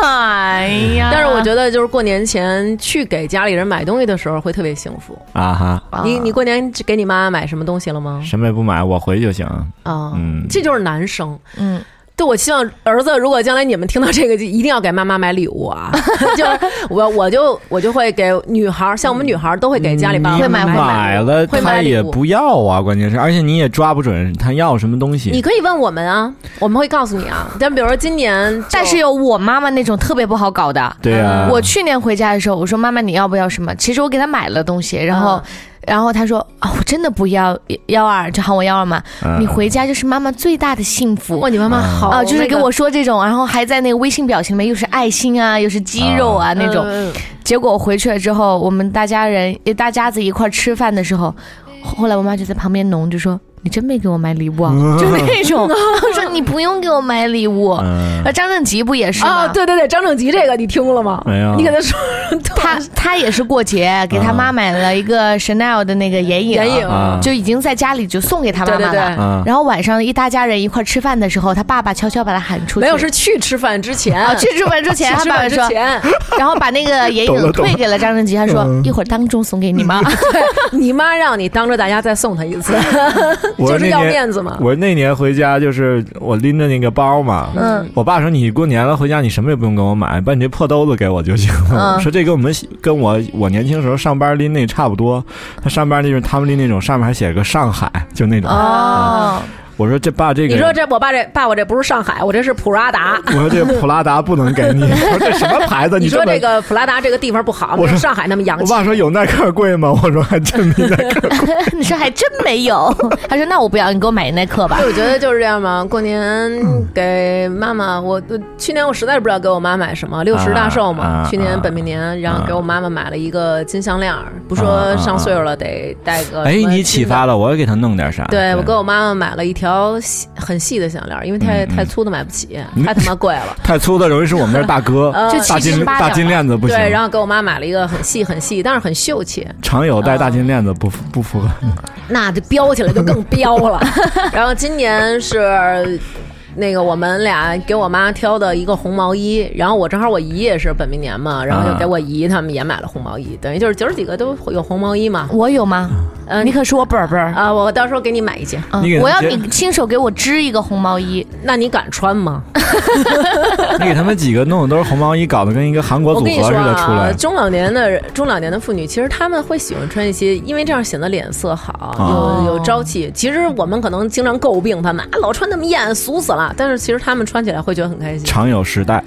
哎呀！
但是我觉得就是过年前去给家里人买东西的时候会特别幸福。
啊哈，
啊
你你过年给你妈买什么东西了吗？
什么也不买，我回去就行。
啊，
嗯
这就是男生。
嗯，
就我希望儿子，如果将来你们听到这个，就一定要给妈妈买礼物 啊！就是我，我就我就会给女孩儿，像我们女孩儿都会给家
嗯
里爸爸
会
妈妈
买
买
买
买了
会
他
买礼
也
物
不要啊，关键是，而且你也抓不准他要什么东西。
你可以问我们啊，我们会告诉你啊。但比如说今年就，
但是有我妈妈那种特别不好搞的。
对啊，
我去年回家的时候，我说妈妈你要不要什么？其实我给她买了东西，然后，然后她说啊、我真的不要幺二，就喊我幺二嘛。
嗯
你回家就是妈妈最大的幸福
哇，你妈妈好
啊，就是
那
给
个
我说这种，然后还在那个微信表情里面又是爱心啊，又是鸡肉啊那种。
嗯
结果我回去了之后，我们大家人一大家子一块儿吃饭的时候，后后来我妈就在旁边弄，就说你真没给我买礼物啊，
嗯
就那种，我说你不用给我买礼物。
嗯
那张正吉不也是吗？
啊，对对对，张正吉这个你听了吗？
没有
你给他说
他他也是过节给他妈买了一个 Chanel 的那个眼影，
眼影，
啊
就已经在家里就送给他妈
对
妈
对
了。
对。
啊，
然后晚上一大家人一块儿吃饭的时候，他爸爸悄悄把他喊出去，
没有，是去吃饭之前，
啊，去吃饭之前，
去
他
吃
爸爸
饭之
说，
前，
然后把那个眼
懂了
影
懂了
退给了张正吉，他说
嗯
一会儿当众送给你妈。
你妈让你当着大家再送她一次，
我
就是
那
要
年
面子嘛。
我那年回家就是我拎着那个包嘛，
嗯，
我爸说你过年了回家你什么也不用给我买，把你这破兜子给我就行了。
嗯
说这跟我们跟我我年轻时候上班拎那差不多，他上班那种他们拎那种上面还写个上海，就那种。
嗯
哦，
我说这爸这个，
你说这我爸这爸我这不是上海，我这是普拉达。
我说这普拉达不能给 你，我说这什么牌子？
你说
这么
这个普拉达这个地方不好，
我
没有
说
上海那么洋
我
气。
爸说有耐克贵吗？我说还真没耐 克。
你说还真没有。 他说那我不要，你给我买耐 克吧
就。我觉得就是这样嘛，过年给妈妈，我我去年我实在是不知道给我妈买什么，六十大寿嘛，
啊啊
去年本命年，然后给我妈妈买了一个金项链儿，不说上岁数了得戴个。
啊哎，你启发。了，我也给他弄点啥。
对，我给我妈妈买了一条细很细的项链儿，因为太
嗯嗯
太粗的买不起，太他妈贵了。
太粗的容易是我们这儿大哥，
呃就
大
七
金
斤八两
大金链 子不行，
对，然后给我妈买了一个很细很细，但是很秀气，
常有戴大金链
啊
子不符不 符合。
那就飙起来就更飙了。 然后今年是。那个我们俩给我妈挑的一个红毛衣，然后我正好我姨也是本命年
啊
嘛，然后就给我姨他们也买了红毛衣，等于就是姐儿几个都有红毛衣嘛。
我有吗？呃
嗯
你可是我本本
嗯
儿。
啊、我到时候给你买一件，
嗯
你给他
我要
接
你亲手给我织一个红毛衣，
那你敢穿吗？
你给他们几个弄的都是红毛衣，搞得跟一个韩国
我
组
跟你
合似
说
的出
啊
来，。
中老年的中老年的妇女，其实她们会喜欢穿一些，因为这样显得脸色好，
哦
有有朝气。其实我们可能经常诟病她们，啊，老穿那么艳，俗死了。但是其实她们穿起来会觉得很开心。
常有时代，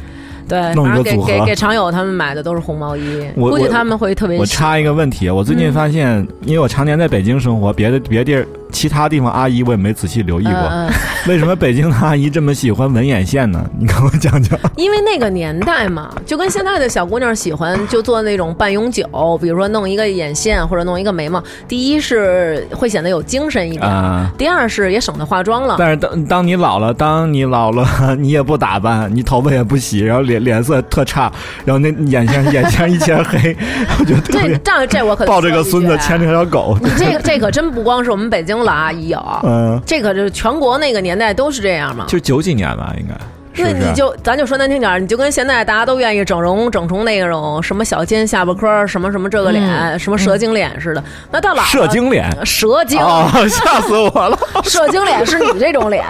对，然
弄一
后
个
给
组合
给给常友他们买的都是红毛衣，
我
估计
我
他们会特别
我
喜欢。
插一个问题，我
嗯
最近发现，因为我常年在北京生活，别的别地儿其他地方阿姨我也没仔细留意过，
嗯嗯
为什么北京的阿姨这么喜欢纹眼线呢？ 你跟我讲 讲。
因为那个年代嘛，就跟现在的小姑娘喜欢就做那种半永久，比如说弄一个眼线或者弄一个眉毛。第一是会显得有精神一点，
啊
第二是也省得化妆了。
但是当当你老了，当你老了， 你也不打扮，你头发也不洗，然后脸脸色特差，然后那眼线眼线一圈黑， 我就特
这
别
这这我可
抱着个
说一
孙子
句啊
牵着 条狗，
你这个这可真不光是我们北京老阿姨有，
嗯，
这可就是全国那个年代都是这样嘛。
就九几年吧，应该。
对，你就咱就说难听点儿，你就跟现在大家都愿意整容整成那种什么小尖下巴颏儿，什么什么这个脸，什么蛇精脸似的。那到老了
嗯射精脸
蛇精，
啊、吓死我了！
蛇精脸是你这种 脸。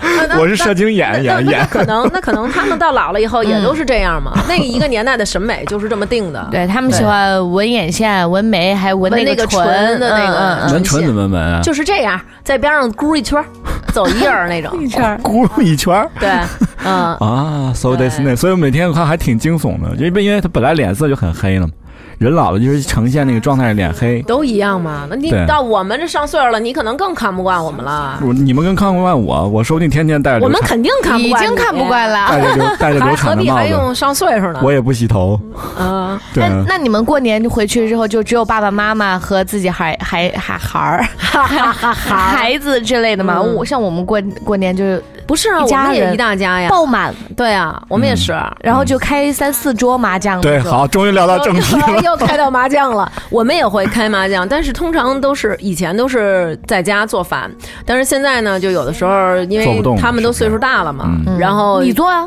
那那
我是射精
那
嗯眼
那
眼
那那
眼，
可能，那可能他们到老了以后也都是这样嘛。那一个年代的审美就是这么定
嗯
的。
对他们
对
喜欢纹眼线、纹眉，还纹
纹
那
那个
唇
唇的那个
嗯嗯嗯
纹唇怎
么纹啊
就是这样，在边上箍一圈儿，走一印儿那 种。
咕一圈儿
对，嗯，
啊，so t h i s
对
n 所以每天我看还挺惊悚的，因为因为他本来脸色就很黑了嘛，人老了就是呈现那个状态是脸黑，
都一样嘛。那你
对
到我们这上岁数了，你可能更看不惯我们了。
我你们跟看不惯我，我说不定天天戴着
我
流
们
产，
肯定看不
已
惯，
经看不惯。了。
戴着流戴着
还
流
何
产的
必
帽
还
子，
用上岁数呢？
我也不洗头，
嗯，
对
那
啊，
那你们过年回去之后，就只有爸爸妈妈和自己孩孩孩孩儿、
啊
孩子之类的嘛？
嗯
我像我们过过年就是
不是啊，
一
我
家
们也
人
一大家呀。
爆满，
对啊，我们也
嗯
是。
然后就开三四桌麻将。
对，好，终于聊到正题
又
了。
又开到麻将了，我们也会开麻将，但是通常都是以前都是在家做饭，但是现在呢，就有的时候因
做不
为
动
他们都
是不
岁
是
数大了嘛，
嗯
然后
你做啊，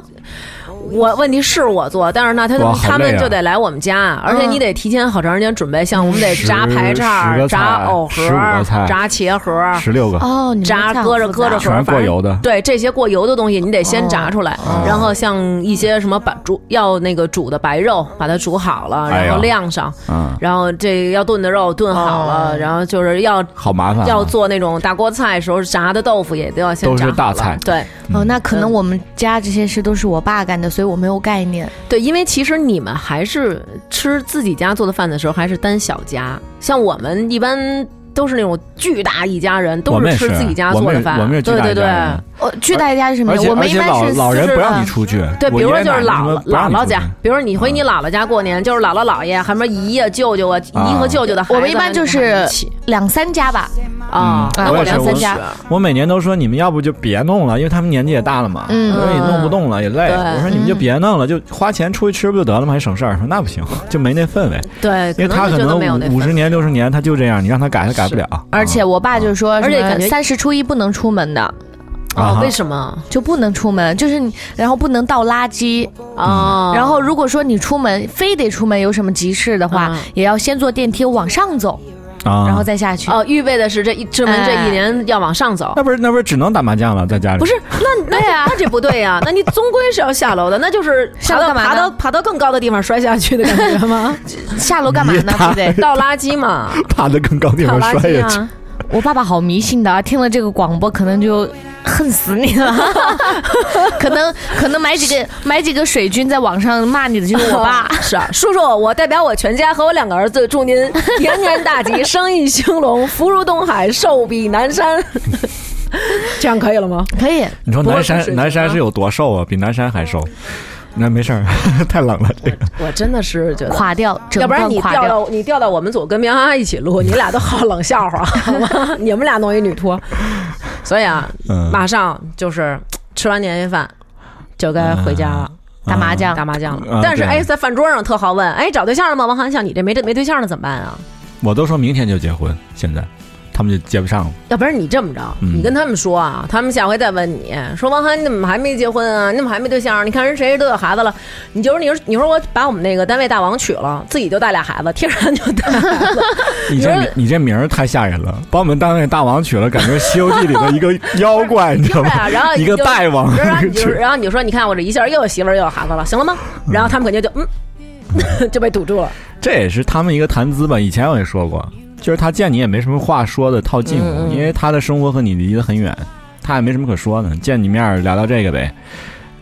我问题是我做，但是呢，他就
哇好累啊
他们就得来我们家，而
嗯
且你得提前好长时间准备，像我们得炸排
十
叉、
个菜
炸藕
十五个菜
盒、炸茄盒、
十六个，
哦，你们
炸
这样
搁着
复杂
搁着
全是过油的。
对这些过油的东西，你得先炸出来，
哦
然后像一些什么把煮要那个煮的白肉，把它煮好了，
哎
然
呀
后晾上，
嗯，
然后这个要炖的肉炖好
哦
了，然后就是要
好麻烦啊。
要做那种大锅菜的时候炸的豆腐也都要先
都是
炸好
大
了
菜
对
嗯
哦，那可能
嗯
我们家这些事都是我爸干的，所以我没有概念。
对，因为其实你们还是吃自己家做的饭的时候，还是单小家，像我们一般。都是那种巨大一家人，
我
都
们也
吃
是啊
自己家做
我们
的
也
饭，
我们也巨
对
大
对
一家
对，
人
哦，巨大一家是什么
而
意思？
且
我
而
们一
且
般
老
是
老人
私
不让
人
你出去，
对，
我
比如
爷
说
爷
就是
奶奶他
姥
们
姥
不让
姥
你
姥
出
家
去，
比如说你回你姥姥家过年，就是姥姥姥爷，还什么姨呀、舅舅啊，
啊
姨和舅舅的孩子啊，
我们一般就是
一起
两三家吧，
啊，
嗯
那
我也
两
是
三
我
家，
我每年都说你们要不就别弄了，因为他们年纪也大了嘛，
嗯
所以弄不动了也累。
对嗯
我说你们就别弄了，就花钱出去吃不就得了吗？还省事儿。说那不行，就没那氛围，
对，
因为他
就
可
觉得没有那
能五五
份
十年六十年他就这样，你让他改他改不了。
而且我爸就说，
啊而且感觉
三十初一不能出门的，
哦
啊，
为什么
就不能出门，就是你，然后不能倒垃圾，
嗯
啊？
然后如果说你出门非得出门有什么急事的话
嗯，
也要先坐电梯往上走，
啊，
然后再下去。
哦，预备的是这一证明
哎
这一年要往上走。
那不是那不是只能打麻将了，在家里
不是，那那呀，那这不对呀、那你终归是要下楼的，那就是爬
啊下楼
到
干嘛呢
爬到爬到更高的地方摔下去的感觉 吗？
下楼干嘛呢？对不对？
倒垃圾嘛，
爬得 更高地
倒
方
垃
摔
圾
下去。
啊，。
我爸爸好迷信的啊，听了这个广播可能就恨死你了，可能可能买几个买几个水军在网上骂你的就是我爸
是啊，叔叔，我代表我全家和我两个儿子祝您延年大吉，生意兴隆，福如东海，寿比南 山。这样可以了吗？
可以，
你说
不过不
南
是嗯
山南山是有多瘦啊？比南山还瘦。那没事儿， 太冷了。这个
我真的是觉得。
垮掉，整
要不然
段
你
垮
调到你调到我们组跟苗阿姨一起录，你俩都好冷笑话，好 吗？你们俩弄一女托，所以啊，
嗯
马上就是吃完年夜饭就该回家了，
打麻将
打麻将了。
嗯啊
但是
对
哎，在饭桌上特好问，哎，找对象了吗？王涵，像你这没这没对象的怎么办啊？
我都说明天就结婚，现在他们就接不上了。
要不然你这么着，
嗯
你跟他们说啊，他们下回再问你说王涵，你怎么还没结婚啊？你怎么还没对象啊？你看人谁都有孩子了，你就是你说你说我把我们那个单位大王娶了，自己就带俩孩子，天然就带孩子，
你
你说
这名你这名儿太吓人了，把我们单位大王娶了，感觉《西游记》里的 一个妖怪， 你知道
对
吗？
啊，然后
一个
就
大王
然后你就
娶
然后你就说，你看我这一下又有媳妇儿又有孩子了，行了吗？然后他们肯定就嗯 就被堵住了。
这也是他们一个谈资吧。以前我也说过，就是他见你也没什么话说的套近
嗯
乎，因为他的生活和你离得很远，他也没什么可说的，见你面儿聊聊这个呗，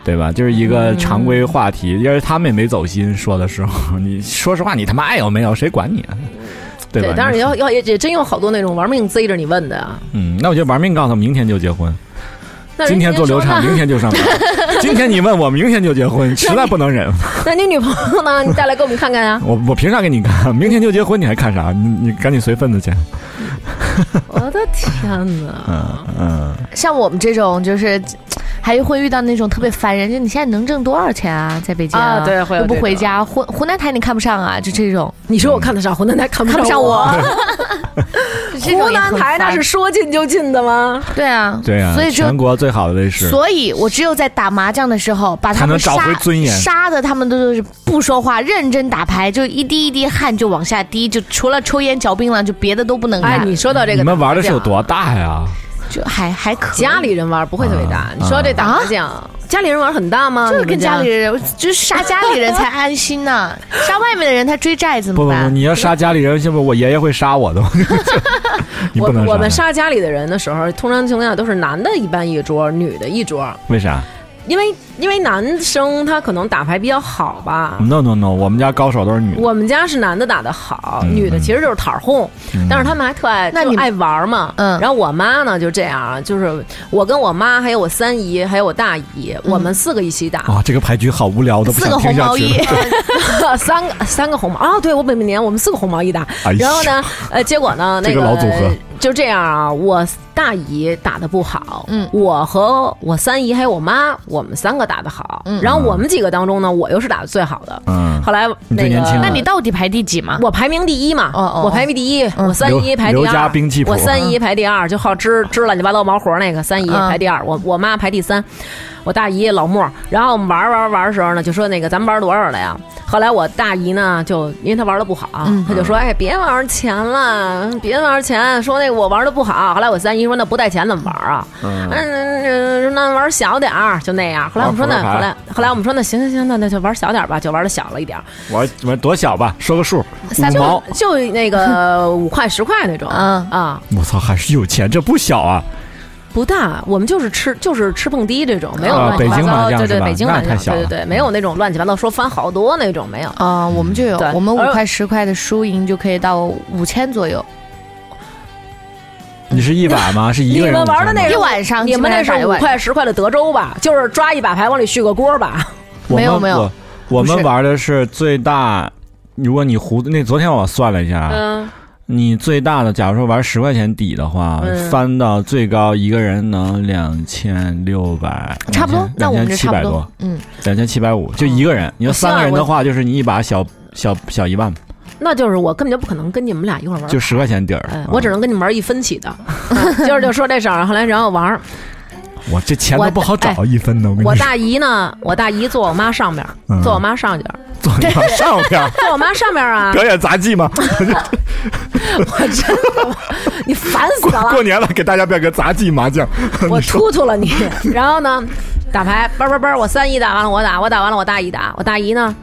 对吧？就是一个常规话
嗯
题，因为他们也没走心，说的时候， 你说实话，你他妈爱有没有？谁管你啊？对吧？
当然
你
要要也也真有好多那种玩命追着你问的啊。
嗯，那我就玩命告诉他，明天就结婚，
那人
今天
家
做流
说啊
产，
那
明天就上班。今天你问我，明天就结婚，实在不能忍。
那你女朋友呢？你带来给我们看看
！
啊
我我凭啥给你看？明天就结婚，你还看啥？你你赶紧随份子去。
我的天哪！
嗯嗯，
像我们这种就是。还会遇到那种特别烦人，就你现在能挣多少钱啊？在北京
啊对会有
又不
这
回
种
家，湖湖南台你看不上啊，就这种，
你说我看得
嗯
上湖南台，看不
看不上我。 这种
湖
也
南
很
台那
烦
是啊说进就进的吗？
对啊，
对啊，
所以就
全国最好的律师，
所以我只有在打麻将的时候，把他们
才能找回
杀
尊严
杀的他们都是不说话，认真打牌，就一滴一滴汗就往下滴，就除了抽烟嚼槟榔，就别的都不能干。
哎，你说到这个，
你们玩的是有多大呀？
就还还可以
家里人玩不会特别大
啊。
你说这打麻将，家里人玩很大吗？
啊就是
你们
跟家里人，就是杀家里人才安心呢、杀外面的人他追债怎
不
么
不不，
办？
你要杀家里人，是不是我爷爷会杀我的？你不能
我我们
杀
杀家里的人的时候，通常情况下都是男的一般一桌，女的一桌，
他，为啥
因为因为男生他可能打牌比较好吧。
？No No No，我们家高手都是女的。
我们家是男的打的好，
嗯
女的其实就是讨哄，
嗯
但是他们还特爱
那
就
你
爱玩嘛。
嗯
然后我妈呢就这样，就是我跟我妈还有我三姨还有我大姨，
嗯
我们四个一起打，
啊，这个牌局好无聊，都不
四个
想听
红
下
毛
去
衣
了。，
三个三个红毛啊，对我每年我们四个红毛一打，
哎呀
然后呢，呃，结果呢，那
这个老组合
就这样啊，我大姨打的不好，
嗯
我和我三姨还有我妈，我们三个打的好，
嗯
然后我们几个当中呢，我又是打的最好的。
嗯，
后来
你
那
最年
个，
轻
那你到底排第几嘛？
我排名第一嘛，
哦哦
我排名第一，
嗯
我三姨
刘
排第
刘家
二，
兵器谱啊
我三姨排第二，就好支支乱七八糟毛活那个三姨
嗯
排第二，我我妈排第三，我大姨老莫，然后玩玩玩的时候呢，就说那个咱们玩多少了呀？后来我大姨呢，就因为她玩的不好，
嗯
她就说：“哎，别玩钱了，别玩钱。”说那个我玩的不好。后来我三姨说：“那不带钱怎么玩啊？”嗯，嗯那玩小点儿，就那样。后来我们说那，
玩扑克牌
后来后来我们说那行行行，那那就玩小点儿吧，就玩的小了一点儿。
我我多小吧，说个数，
三
五毛，
就那个 五块十块那种，
嗯
啊，
我操，还是有钱，这不小啊！
不大，我们就是吃就是吃碰滴这种，没有
啊
乱七八
北京
糟，
麻将
对对，
是吧
北京麻
那太
将，
小
对
了嗯
对对，没有那种乱七八糟说翻好多那种没有。
啊、我们就有
对，
我们五
而
块十块的输赢就可以到五千左右，
你是一把吗？是一
你
个人
们玩的
五千吗
那
一
是
晚上
你
基
们
本
那
上
是
打一
五
晚上
块十块的德州吧？就是抓一把牌往里续个锅吧？
我们
没有没有
我，我
不
们
是
玩的是最大。如果你胡那昨天我算了一下，啊，
嗯，
你最大的，假如说玩十块钱底的话，
嗯
翻到最高一个人能两千六百，
差不多，那我们就
七
差
百
不
多，，
嗯，
两千七百五，就一个人。你要三个人的话，就是你一把小小小一万，
那就是我根本就不可能跟你们俩一块玩。
就十块钱底儿
哎。
嗯
我只能跟你们玩一分起 的，就是就说这事儿，后来然后玩，
我这钱
我
都不好找，一分都没
我大姨呢，我大姨坐我妈上边儿，
嗯
坐我妈上去儿，
坐你妈上边儿
坐我妈上边儿啊，
表演杂技吗？
你烦死
过
了！
过年了，给大家表演个杂技麻将。
我
你说
突突了你。 然后呢，打牌，叭叭叭，我三姨打完了，我打，我打完了，我大姨打，我大姨呢。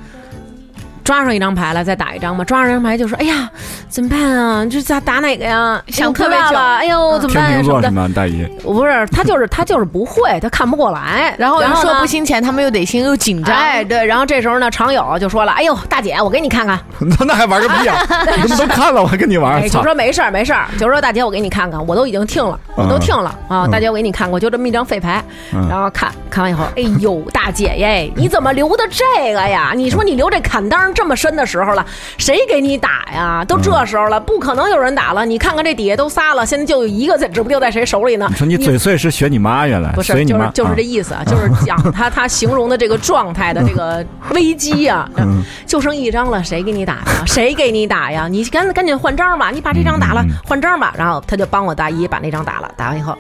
抓上一张牌来，再打一张吧。抓上一张牌就说：“哎呀，怎么办啊？这咋打哪个呀？
嗯想
特
特别
大
久
了，哎呦，怎么
天
办呀？
秤
什么
座
的
是？吗？大姨，
我不是，他就是他就是不会，他看不过来。
然后又
呢
哦说不心钱，他们又得心又紧张，
哎，对。然后这时候呢，常友就说了：“哎呦，大姐，我给你看看。
那那还玩个屁 呀！你他妈都看了，我还跟你玩
哎，，就
操！
说没事儿，没事儿，就说大姐，我给你看看，我都已经听了，我
嗯
都听了啊，大姐，我给你看过，就这么一张废牌，然后看看完以后，哎呦，大姐耶，你怎么留的这个呀？你说你留这砍裆这么深的时候了，谁给你打呀？都
嗯
这时候了，不可能有人打了，你看看这底下都仨了，现在就有一个在，指不定在谁手里呢
你。说你嘴碎是学你妈原来，
不
随
是，
你
就
妈
是就是这意思啊，就是讲他他形容的这个状态的这个危机 啊，
嗯
就剩一张了，谁给你打呀？谁给你打呀？你赶赶紧换张吧，你把这张打了
嗯嗯，
换张吧。然后他就帮我大姨把那张打了，打完以后。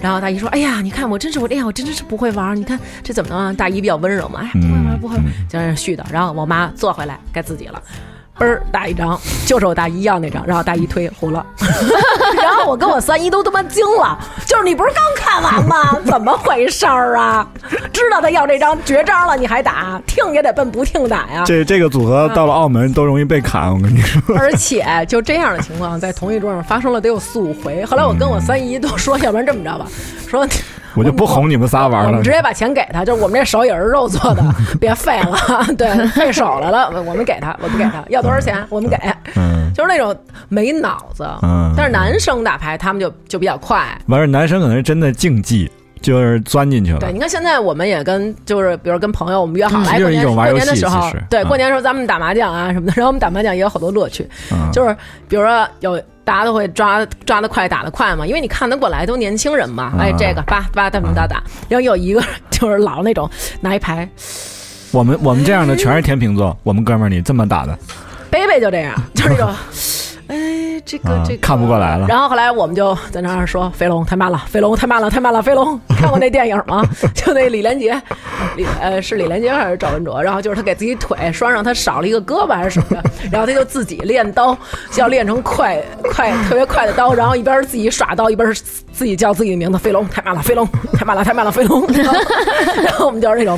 然后大姨说：“哎呀，你看我真是我，哎呀，我真是不会玩儿。你看这怎么能啊？大姨比较温柔嘛，哎，不会玩儿，
嗯
不会玩儿，就在那絮叨。然后我妈坐回来，该自己了，嘣儿打一张，就是我大姨要那张。然后大姨推糊了， 然后我跟我三姨都他妈惊了，就是你不是刚看完吗？ 怎么回事儿啊？知道他要这张绝招了，你还打？听也得奔不听打呀。
这这个组
嗯
合到了澳门都容易被砍，我跟你说。
而且就这样的情况，在同一桌上发生了得有四五回。后来我跟我三姨都说，要不然这么着吧，说
我就不哄你们仨玩
我
了
们直。接把钱给他，就是我们这手也是肉 做的，别废了， 对，费手来了，我们给他，我们给他，要多少钱我们给，
嗯，
就是那种没脑子。
嗯
但是男生打牌他们就就比较快，
完事儿男生可能是真的竞技，就是钻进去了
对，。你看现在我们也跟就是，比如跟朋友，我们约好
嗯
来
就是
过年
一种玩
过年的
游戏
时候
其实，
对，
嗯
过年的时候咱们打麻将啊什么的， 然后我们打麻将也有好多乐趣，
嗯
就是比如说有大家都会抓抓得快打得快嘛，因为你看得过来都年轻人嘛，
嗯
哎，这个叭叭哒哒哒哒，然后有一个 就是老那种拿一牌，
我们我们这样的全是天秤座，我们哥们儿你这么打的，
贝贝就这样，就是那 种。哎，这个
啊
这个
看不过来了
然后后来我们就在那儿说：“飞龙太慢了，飞龙太慢了，太慢了，飞 龙！看过那电影吗？ 就那李连杰，李呃是李连杰还是赵文卓？然后就是他给自己腿拴上，他少了一个胳膊还是什 么的，然后他就自己练刀，就要练成快快特别快的刀，然后一边自己耍刀，一边自己叫自己的名字：飞龙太慢了，飞龙太慢了，太慢了，飞龙。然后”然后我们就是那种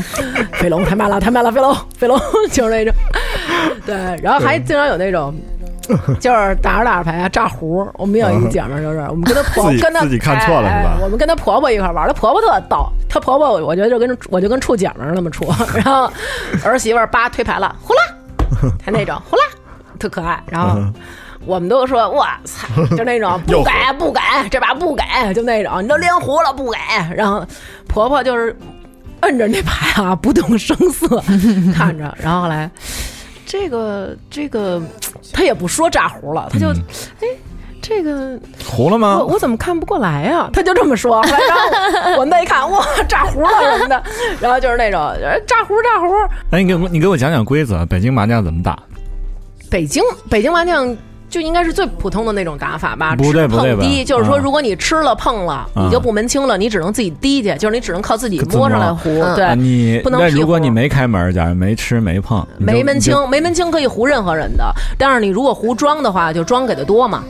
飞龙太慢了，太慢了，飞龙，飞龙 就是那种对，然后还经常有那种。 就是打着打着牌啊，炸胡。我们有一姐们儿，就是我们跟她婆
自己
跟她
自己看错了
哎
是吧
哎我们跟她婆婆一块儿玩儿，她婆婆特逗，她婆婆我觉得就跟我就跟处姐们儿那么处， 然后儿媳妇儿叭推牌了，呼啦，她那种呼啦，特可爱。然后我们都说我操，就那种不给不给，这把不给，就那种你都连胡了不给。然后婆婆就是摁着那牌啊，不动声色 看着，然后后来。这个这个，他也不说炸胡了，他就，哎、这这个
糊了吗
我？我怎么看不过来呀、他就这么说。后来然后我我们再一看，哇，炸糊了什么的，然后就是那种呃炸糊炸糊。
哎，你给我你给我讲讲规则，北京麻将怎么打？
北京北京麻将就应该是最普通的那种打法吧，
不对
吃
不对
碰
吧
滴，就是说
嗯
如果你吃了碰了，
嗯
你就不门清了，你只能自己滴去，就是你只能靠自己
自
摸上来
摸
糊。
嗯
啊
对，
你
不能
那
屁
如果
股
你没开门，假如没吃没碰，你就
没门清
你，
没门清可以糊任何人的，但是你如果糊庄的话，就庄给的多嘛。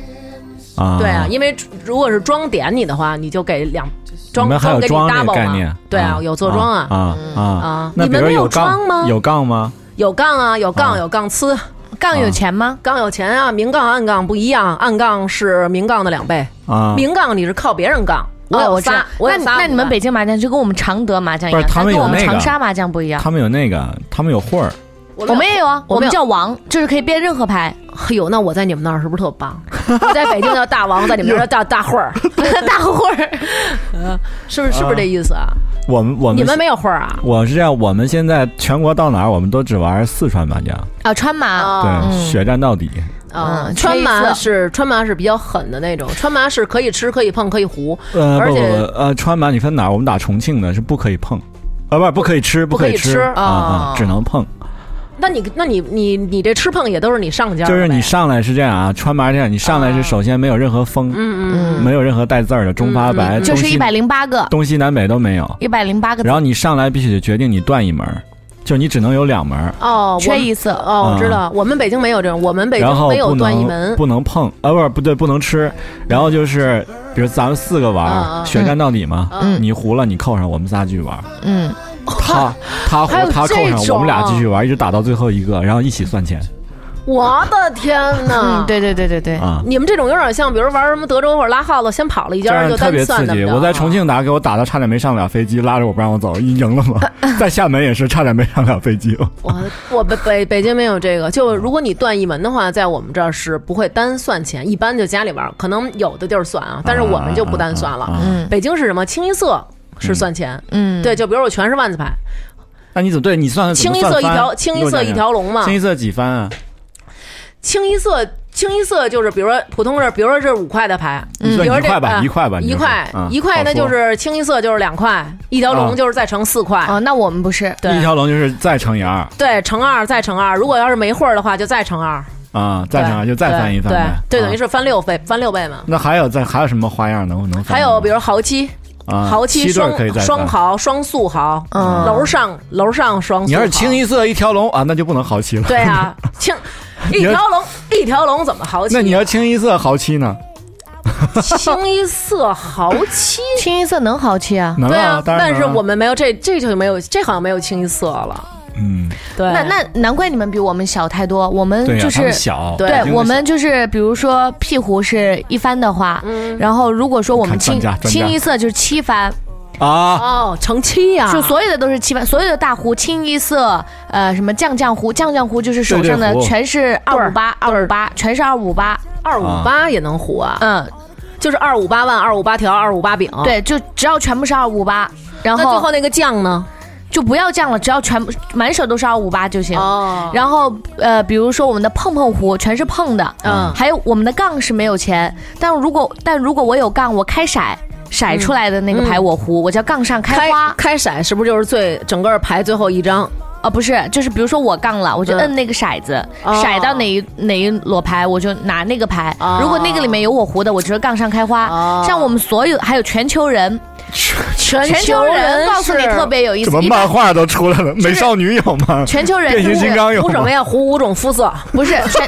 就啊，
对啊，，因为如果是庄点你的话，你就给两
你
庄
们还有
给你
庄这
double
个概念
嘛。？对啊，有坐庄啊，
啊啊
啊
那
你
比
们
如
没有
有杠
庄吗
有杠吗？
有杠啊，有
啊
杠有杠呲，
杠有钱吗？
杠有钱啊，明杠暗杠不一样，暗杠是明杠的两倍，
啊，
明杠你是靠别人杠。我有
我知
哦
道
仨，我
那
有仨
那你
五
们
万
北京麻将就跟我们常德麻将一
不
样，
是他们
但跟
有
我们
那个
长沙麻将不一样。
他们有那个，他们有会儿，
我
我
们
们也有啊，
我
我
们有
们叫王，就是可以变任何牌。
哎呦，那我在你们那儿是不是特 棒？我在北京叫大王，在你们那儿叫大大会 儿，大会儿， 嗯是不是是不是这意思啊？
我们我
你
们
们没有会儿啊？
我是这样，我们现在全国到哪儿，我们都只玩四川麻将，
哦
啊，川麻，
啊
对，血战到底。
啊
嗯！
川麻
吹一次
是川麻是比较狠的那种，川麻是可以吃可以碰可以糊，
呃，
而
不不
且
不，呃，川麻你分哪儿？我们打重庆的是不可以碰，啊，不是不可以吃，
不
可以
可以吃
啊啊
哦，
只能碰。
那你那你你你这吃碰也都是你上家的
就
呗，哦
是你上来是这样啊，川麻是这样，你上来是首先没有任何风，
嗯嗯嗯
没有任何带字儿的中发白，
就是
东西
一百零八个，
东西南北都没有。
一百零八个字，
然后你上来必须得决定你断一门儿，就你只能有两门儿，
嗯哦，我
缺一次。
哦，我知道，我们北京没有这种，我们北
啊然
京
后
没有
不
断一
能
门，
不能碰，啊不是不对不能吃，然后就是比如咱们四个玩
嗯
儿，
嗯
血战到底嘛，
嗯
你糊了你扣上，我们仨继续 玩儿，
嗯，
他他糊
还有
他扣
这
上，
种
我们俩继续玩儿，一直打到最后一个，然后一起算钱
我的天呐！
嗯，，对对对对对，
啊。
你们这种有点像，比如玩什么德州或者拉耗子，先跑了一
这
家
样
就
特
单
别刺
算
激！
的。啊
我在重庆打，给我打的差点没上不了飞机，拉着我不让我走，你赢了 吗？在厦门也是差点没上不了飞机。哦
我我北北北京没有这个，就如果你断一门的话，在我们这儿是不会单算钱，一般就家里玩儿，可能有的地儿算啊，但是我们就不单算了。
啊啊啊啊
嗯
北京是什么？清一色是算钱，
嗯，
对，就比如我全是万字牌，
那你怎么对你算的
清一色一条，清一色一条龙嘛，
清一色几番啊？
清一色，清一色就是，比如说普通是，比如说这是五块的牌，
你
比
算
如说
一
这
块吧，
啊
一块吧，你
一
就
块
说啊
一块，那
好
就
说
是清一色就是两块，一条龙
啊
就是再乘四块，
哦，那我们不是，
一
对
条龙就是再乘以二
对，乘二再乘二，如果要是没会儿的话就再乘二，
啊，再乘以二
对
就再翻一翻呗。
对，对，
啊
等于是翻六倍，翻六倍嘛。
那还有再还有什么花样能能翻
还
吗？
有比如豪七、
啊
豪
七对
双
儿可以再
双
翻。
豪、双素豪，
嗯
楼上楼上双素豪。
你要是清一色一条龙啊，那就不能豪七了。
对啊，清一
你要
条龙一条龙怎么豪七？
那你要清一色豪七呢？
清一色豪七
清一色能好气啊？
能
对啊，
当然
但
能
是
啊
我们没有这这就没有这好像没有清一色了。
嗯，
对，
那那难怪你们比我们小太多，我们
对呀，
就
他
是
们小，
对
北京
对，
的
我们就是比如说屁胡是一番的话，
嗯
然后如果说我们
看专
清
家专家
清一色就是七番，
小啊，
哦，乘七呀、
就所有的都是七番，所有的大胡清一色，呃，什么酱酱胡，酱酱胡就是手上
对
的
对胡
全是二五八，二五八全是二五八，
二五八也能糊啊，
嗯，
就是二五八万、二五八条、二五八饼。，
对，就只要全部是二五八，然
那最后
后
那个酱呢？
就不要酱了，只要全部满手都是二五八就行。
哦，
然后呃，比如说我们的碰碰胡全是碰的，
嗯
还有我们的杠是没有钱，但如果但如果我有杠，我开骰骰出来的那个牌我胡，我叫杠上嗯开
开
花
开骰是不是就是最整个牌最后一张？
啊，不是，就是比如说我杠了，我就
嗯
摁那个骰子，
哦
骰到哪一哪一摞牌我就拿那个牌，
哦
如果那个里面有我胡的，我就是杠上开花。
哦
像我们所有还有全球人，
全
全球人告诉你特别有意
怎
思
么，
一
漫
般
画都出来了？美少女有吗？
全球人
变形
就是
金
哎
刚有
糊什
吗
么？呀？糊五种肤色，
不是全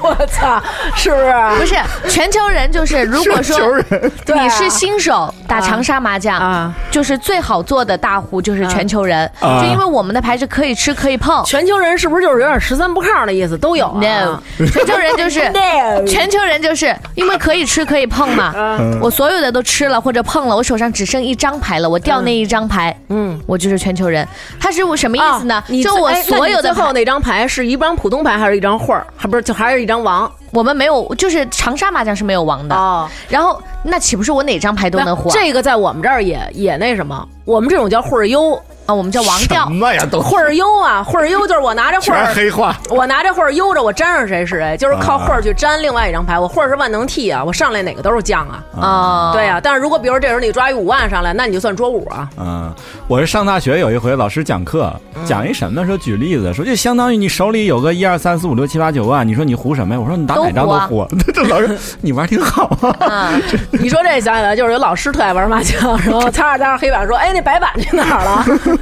我操，是不是？
不是全球人就是如果说
球人
对啊
你是新手打长沙麻将，
啊，
就是最好做的大胡就是全球人，
啊
就因为我们的牌是可以吃可以碰，
全球人是不是就是有点十三不靠的意思？都有、啊。
no，全球人就是
No
全球人就是因为可以吃可以碰嘛，
嗯
嗯
我所有的都吃了或者碰了，我手上只剩一张牌了，我掉那一张牌，
嗯，
我就是全球人。他是我什么意思呢
啊？你
就
最
我
哎那
所
你
有的
最后
牌，
那张牌是一张普通牌还是一张会儿？还不是就还是一张王
我们没有，就是长沙麻将是没有王的。
哦。
然后那岂不是我哪张牌都能胡啊？
这个在我们这儿也也那什么，我们这种叫会儿优，
啊，我们叫王调
什。么呀都
会儿悠啊，会儿悠就是我拿着会
全是
儿，
黑话，
我拿着会儿悠着，我粘上谁是谁，就是靠会儿去粘另外一张牌。我会儿是万能 T 啊，我上来哪个都是将啊。
啊，
对，啊，但是如果比如这时候你抓一五万上来，那你就算捉五啊。
嗯，我是上大学有一回，老师讲课
嗯
讲一什么呢？说举例子，说就相当于你手里有个一二三四五六七八九万，你说你胡什么呀？我说你打哪张都
啊
胡。 这老师你玩挺好 啊。
你说这想起来就是有老师特爱玩麻将，然后擦着擦着黑板说：“哎，那白板去哪儿了？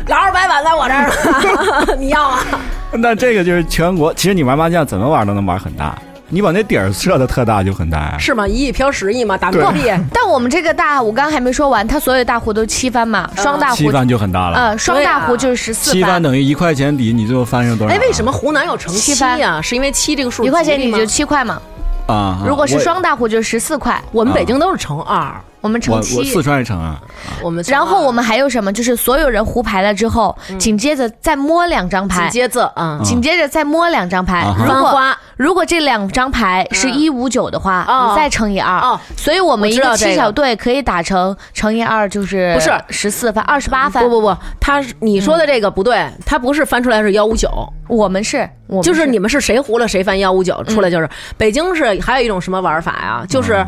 老师白板在我这儿呢，你要啊吗
那这个就是全国，其实你玩麻将怎么玩都能玩很大，你把那底儿设的特大就很大呀？”。
是吗？一亿飘十亿吗？打 破壁。
但我们这个大，我刚刚还没说完，它所有大胡都是七番嘛，
嗯
双大
七
胡，
番就很大了，
呃，双大胡就是十四
七番
番，
等于一块钱底，你最后翻上多少？
哎，为什么湖南有乘七呀？是因为七这个数
一块钱
吉
你
利吗
就七块嘛，
啊？
如果是
我
双大胡就十四块，
我们北京都是乘二，
我们
我
乘
我四
七。
川也成啊，
我们啊乘
然后
二
我们还有什么？就是所有人胡牌了之后，紧接着再摸两张
嗯
牌
紧，接着啊，
紧接着再摸两张牌
啊。哈
如
翻
果
花嗯
如果这两张牌是一五九的话，
哦
你再乘以二
哦。
所以我们一
我知道
个
这个
七小队可以打成乘以二就是
不是
十四番二十八番
不。不不，他是你说的这个不对，他不是翻出来是幺五九，
我们是，我们
就是你们是谁胡了谁翻幺五九出来就是。北京是还有一种什么玩法呀？就是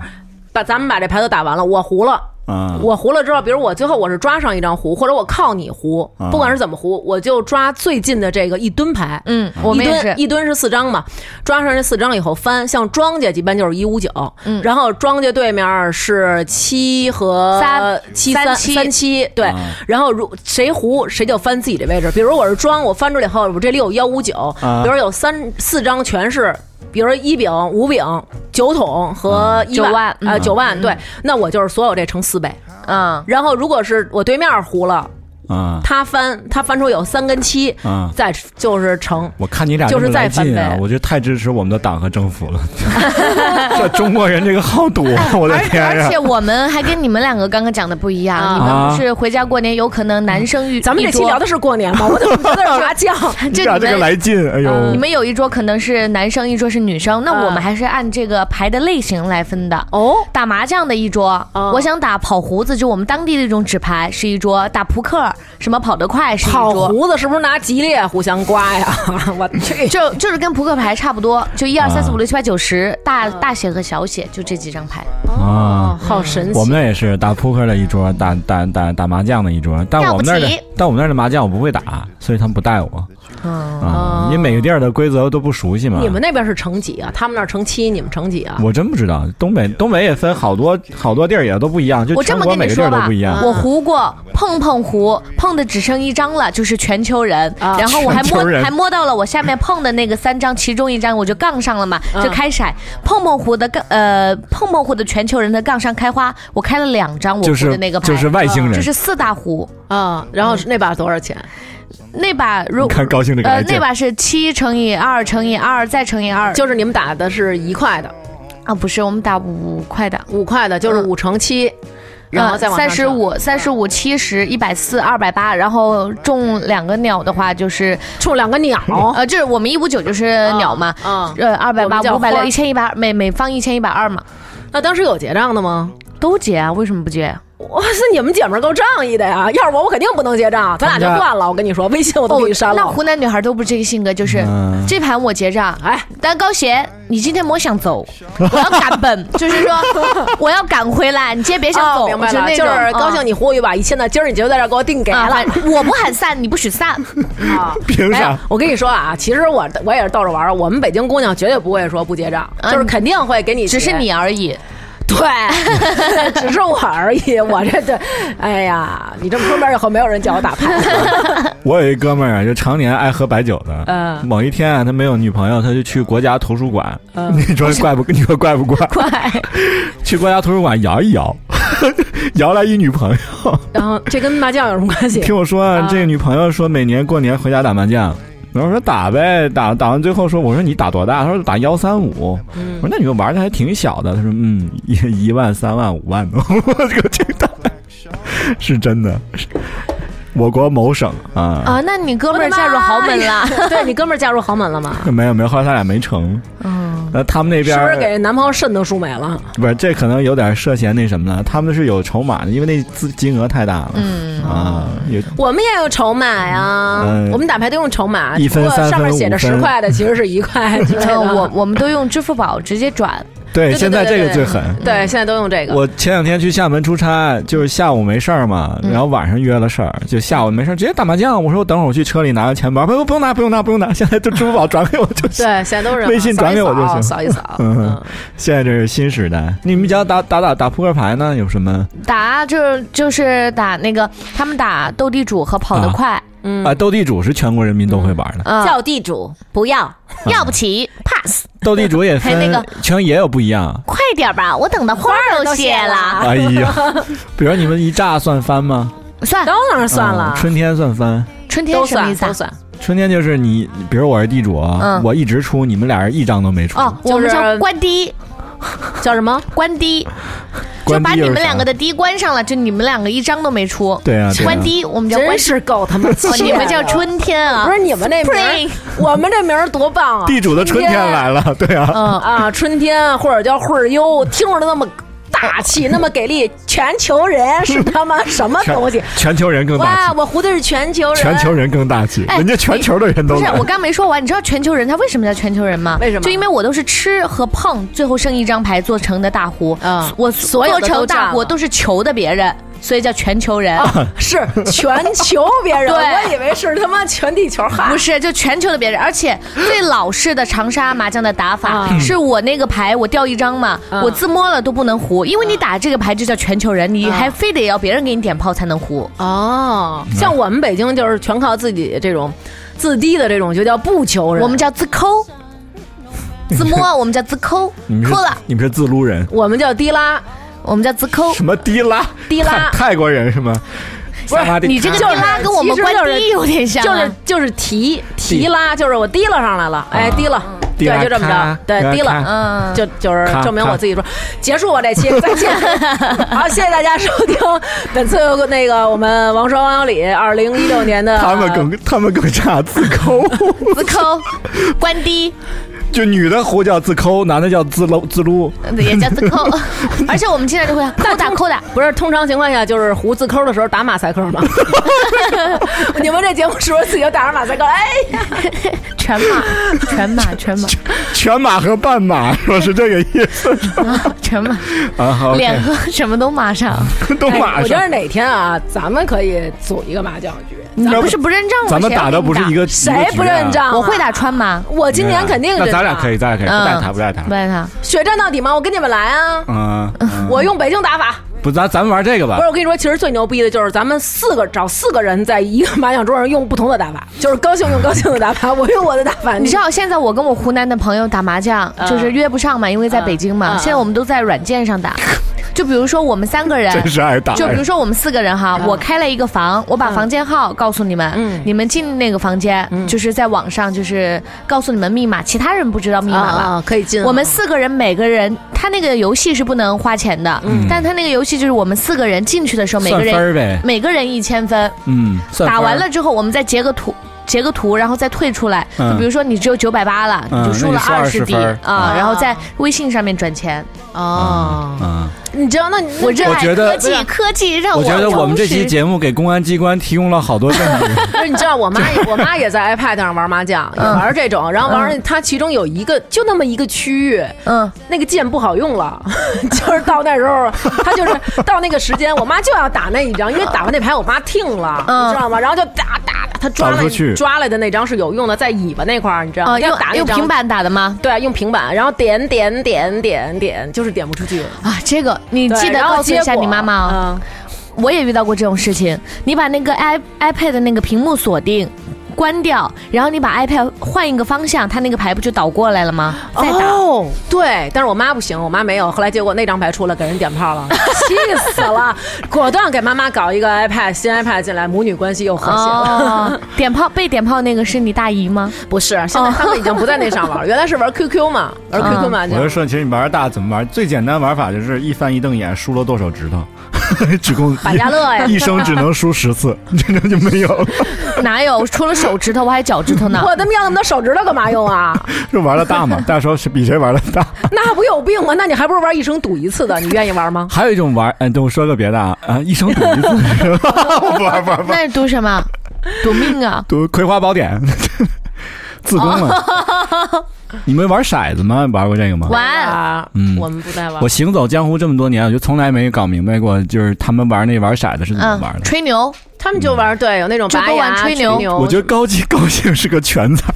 把咱们把这牌都打完了，我胡了。
啊，
我胡了之后，比如我最后我是抓上一张胡，或者我靠你胡
啊，
不管是怎么胡，我就抓最近的这个一吨牌。
嗯，我们
一
也
吨
是。
一吨是四张嘛，抓上这四张以后翻，像庄家一般就是一五九，
嗯
然后庄家对面是七和
三
七
三
三
七
三七，对，
啊
然后如谁胡谁就翻自己的位置，比如我是庄，我翻出来以后，我这里有幺五九，
啊
比如有三四张全是。比如一饼、五饼、九桶和一
九万
啊，
嗯
九万，对，那我就是所有这乘四倍。
嗯，
然后如果是我对面胡了，
啊
他翻，他翻出有三跟七，
啊！
再就是乘。
我看你俩这么来劲啊，我就太支持我们的党和政 府了。这中国人这个好赌，啊我的
而
天
而
哎呀
且！我们还跟你们两个刚刚讲的不一样，
啊
你们不是回家过年有可能男生遇
咱们这期
一桌
聊的是过 年吧？我怎么觉得有麻将？
你
这
俩这个
你们嗯
来劲，哎
你
嗯
呦，
们有一桌可能是男生，一桌是女生，那
啊
我们还是按这个牌的类型来分的。
哦，
打麻将的一桌，
哦
我想打跑胡子，就我们当地的一种纸牌是一桌；打扑克，什么跑得快是一
烤
桌，
胡子是不是拿吉列互相刮呀？ 我去，
就就是跟扑克牌差不多，就一二三四五六七八九十，大大写和小写就这几张牌。
啊！
好
嗯
神
我
奇！
们那也是打扑克的一桌，打打打打麻将的一桌，但我们那儿的
要不齐
但我们那儿的麻将我不会打，所以他们不带我
嗯，
啊，因为每个地儿的规则都不熟悉嘛。
你们那边是乘几啊？他们那儿乘七，你们乘几啊？
我真不知道，东北东北也分好多好多地儿也都不一样，就
我这
全
么
国
跟
每
你
个地
说
儿都
吧
不一样。，
我胡过
嗯
碰碰胡，碰的只剩一张了，就是全球人。
啊
然后我还
全球人
摸还摸到了我下面碰的那个三张，其中一张我就杠上了嘛，就开骰。碰碰胡的杠呃碰碰胡的全球人的杠上开花，我开了两张我
就
胡
是
的那个牌，啊
就是外星人，
就是四大胡。
啊，然后是那把多少钱？
那把如
你看高兴这个
呃
来劲
那把是七乘以二乘以二再乘以二，
就是你们打的是一块的、
啊不是我们打五块的。
五块的，就是五乘七，然后再往上
嗯
嗯
呃三十
乘
五、三十五、七十、一百四、二百八，然后中两个鸟的话就是
冲两个 鸟。
呃，就是我们一五九就是鸟嘛，
哦啊，
呃，二百
我
八
们、叫
五
花
百六、
儿
一千一百二，每每方一千一百二嘛，
那当时有结账的吗？
都结啊？为什么不结？
哇塞，你们姐们儿够仗义的呀！要是我，我肯定不能结账，咱俩哦就断了。我跟你说，微信我都给你删
哦那
了。
湖南女孩都不是这个性格，就是
嗯
这盘我结账，
哎，
但高贤，你今天莫 想走，我要赶奔，就是说我要赶回来，你今天别想
哦
走，
明白
就
了，
那
就
种
是嗯高兴。你呼吁吧，一千的，今儿你就在这儿给我定给
嗯啊，
了。哎
反我不喊散，你不 许散。
啊，
凭
没有
啥？，
我跟你说啊，其实我我也是逗着玩儿。我们北京姑娘绝对不会说不结账，
嗯
就是肯定会给你结，
只是你而已。
对，只是我而已。我这这，哎呀，你这么说完以后，没有人叫我打牌了。
我有一哥们儿啊，就常年爱喝白酒的。
嗯
某一天啊，他没有女朋友，他就去国家图书馆。
嗯
你说怪不？你说怪不怪？
快，
去国家图书馆摇一摇， 摇来一女朋友。
然后这跟麻将有什么关系？
听我说啊，
啊
这个女朋友说每年过年回家打麻将。然后说打呗，打打完最后说，我说你打多大？他说打幺三五。
嗯
我说那你们玩的还挺小的。他说嗯，一一万、三万、五万的。 我这个这个是真的，是我国某省啊。
啊，那你哥们儿
我的
嫁入
妈
豪门 了。
对你哥们儿嫁入豪门了吗？
没有没有，后来他俩没成。
嗯，
那他们那
是
边
不
儿
是给男朋友瘆得输美了？
不是这可能有点涉嫌那什么了，他们是有筹码的，因为那资金额太大了、
嗯，
啊，有
我们也有筹码呀，
嗯
我们打牌都用筹码，
一分
只不过
三分
上面写着
五
十
分
块的其实是一 块之类的。
嗯我我们都用支付宝直接转，
对
对
现在
对
这
对
个最狠。
对现在都用这个。
我前两天去厦门出差，就是下午没事儿嘛，
嗯
然后晚上约了事儿，就下午没事儿直接打麻将。我说我等会儿我去车里拿个钱包，不不不用拿不用拿不用拿，现在就支付宝转给我就 行。
对，现在都是
微信转给我就行
扫一扫。
嗯
嗯
现在这是新时代，你们家打打打打扑克牌呢？有什么
打就是就是打那个他们打斗地主和跑得
啊
快，
嗯
啊？斗地主是全国人民都会玩的，
嗯，
叫地主不
啊
要，
要不起，pass，
斗地主也分
嗯还有那个
全也有不一样。
快点儿吧，我等的花儿都谢了，
哎呀，比如你们一炸算翻吗？
算
当然算了
啊，春天算翻。
春天
都
什么意
算
思啊
都？算，
春天就是你，比如我是地主啊，
嗯
我一直出，你们俩人一张都没出。
哦，
就是
我们叫关低，
叫什么？
关低，就
关
把
闭又
你
是
们
啥
两个的低关上了，就你们两个一张都没出。
对啊，对啊
关低，我们叫关
真
低，
是够他妈气
哦
的！
你们叫春天啊？
不是你们这名儿，
Spring，
我们这名儿多棒啊！
地主的春天来了，对啊，
嗯，
啊，春天或者叫惠儿优，听着那么大气，那么给力，全球人是他妈什么东西？
全球人更大
哇，
气，
我胡的是全球人，
全球人更大气，
哎
人家全球的人
不
都
是
来，
我刚没说完，你知道全球人他为什么叫全球人吗？
为什么
就因为我都是吃和碰，最后剩一张牌做成的大胡，
嗯
我
所有
做
的都
成
占
大
了
胡都是求的别人，所以叫全球人。
是全球别 人，
对
我以为是他妈全地球喊
不。是，就全球的别人，而且最老式的长沙麻将的打法，嗯
啊
是我那个牌我掉一张嘛，
嗯
我自摸了都不能胡，因为你打这个牌就叫全球人，你
啊
还非得要别人给你点炮才能胡。
哦，像我们北京就是全靠自己这种自低的这种，就叫不求人。
我们叫自抠，自摸，我们叫自抠，
你们是
抠了，
你们是自撸人，
我们叫低拉，
我们叫自抠。
什么低拉
低拉
泰泰国人是吗？
不是
萨瓦迪
你这个
卡
地拉跟我们关低有点像
就
啊，
是就是提提拉，就是我提了上来了，哎，提了，
低
对
啊拉，
就这么
咔
着，对，提。
咔
了。
嗯，
就就是
咔
证明
咔
我自己说，结束我这期，再 见。好，谢谢大家收听本次那个我们王双王小李二零一六年的
他们更他们更差，自抠，
自抠，关低
就女的胡叫自抠，男的叫自撸自撸。
也叫自 抠，而且我们经常就会抠打抠打，
不是，通常情况下就是胡自抠的时候打马赛克 吗？你们这节目是不是自己就打上马赛克？哎呀，
全 骂，全骂，全骂，
全马和半马，说是这个意思
啊全骂，
啊？好，OK，
脸和什么都骂上。
都马
哎我觉
上
得。哪天啊，咱们可以组一个麻将局，
要
啊不是不认账吗？
咱们
谁要
打
给
的
你啊
不是一个啊
谁不认？账、
我会，打川麻，
我今年肯定
那咱
认
俩
账
可以，咱俩可以，不带他，
嗯
不带他
不。然他
血战到底吗？我跟你们来啊！
嗯，
我用北京打法，
不，咱咱们玩这个吧
不是。我跟你说，其实最牛逼的就是咱们四个找四个人在一个麻将桌上用不同的打法，就是高兴用高兴的打法，我用我的打法。
你知道现在我跟我湖南的朋友打麻将，
嗯
就是约不上嘛，因为在北京嘛。
嗯嗯
现在我们都在软件 上打，就比如说我们三个人。
真是爱打呀。
就比如说我们四个人哈，
嗯
我开了一个房，我把
嗯
房间号告诉你们，
嗯
你们进那个房间，就是在网上就是告诉你们密码，其他人不知道密
啊
码
嗯
吧？
啊，可以进啊
我们四个人每个人，他那个游戏是不能花钱的，嗯但他那个游戏就是我们四个人进去的时候，每
嗯算
个
分
人
儿呗。
每个人一千分，
嗯，算分
打
儿
完了之后，我们再截个图。截个图，然后再退出来。
嗯
就比如说，你只有九百八了，
嗯
你就输了
那你输
十
20
滴
分
啊
嗯，
然后在微信上面转钱。
哦，
嗯，
你知道那你
我热
我
爱
觉得
科技，科技让
我觉得我们这期
充实
节目给公安机关提供了好多证据。
不是，你知道我妈也，我妈也在 iPad 上玩麻将，
嗯
也玩这种，然后玩她其中有一个就那么一个区域，
嗯，
那个键不好用了， 就是到那时候，她就是到那个时间，我妈就要打那一张，因为打完那牌我妈听了，
嗯
你知道吗？然后就打打打，她抓
打不出
来
去
抓来的那张是有用的，在尾巴那块儿，你知道吗？
啊，
要
用
打那
用
张
平。板打的吗？
对，用平板，然后点点点点点，就是点不出去。
啊，这个你
对
记得
然后
告诉一下
结果
你妈妈哦。
嗯，
我也遇到过这种事情，你把那个 i iPad 的那个屏幕锁定。关掉，然后你把 iPad 换一个方向，它那个牌不就倒过来了吗？再打，
哦，对，但是我妈不行，我妈没有。后来结果那张牌出来给人点 炮了，气死了！果断给妈妈搞一个 iPad，新 iPad 进来，母女关系又和谐了。
哦，点炮 被点炮那个是你大姨吗？
不是，现在他们已经不在那上
哦
玩，原来是玩 QQ 嘛，玩
嗯
QQ 麻
我
将
就。说，其实你玩大怎么玩？最简单玩法就是一翻一瞪眼，输了剁手指头。
只供
百家乐呀
一，一生只能输十 次，真的就没有了，
哪有？除了手指头，我还脚趾头呢。
我他妈要那么多手指头干嘛用啊？
就玩的 大嘛，大家说是比谁玩的大。
那不有病吗？那你还不如玩一生赌一次的，你愿意玩吗？
还有一种玩儿，嗯、等我说个别的啊，啊，一生赌一次，
不 玩不玩不玩，
那你赌什 么？赌命啊！
赌《葵花宝 典》，自宫了。
哦
你们玩骰子吗？玩过这个吗？
玩，
啊，
嗯
我们不再玩
我。行走江湖这么多年，我就从来没搞明白过，就是他们玩那玩骰子是怎么玩的。
嗯，吹牛，
他们就玩对，有那种
就
拔
跟
牙
玩吹
嗯
牛
牛。
我觉得高级 高兴是个全才，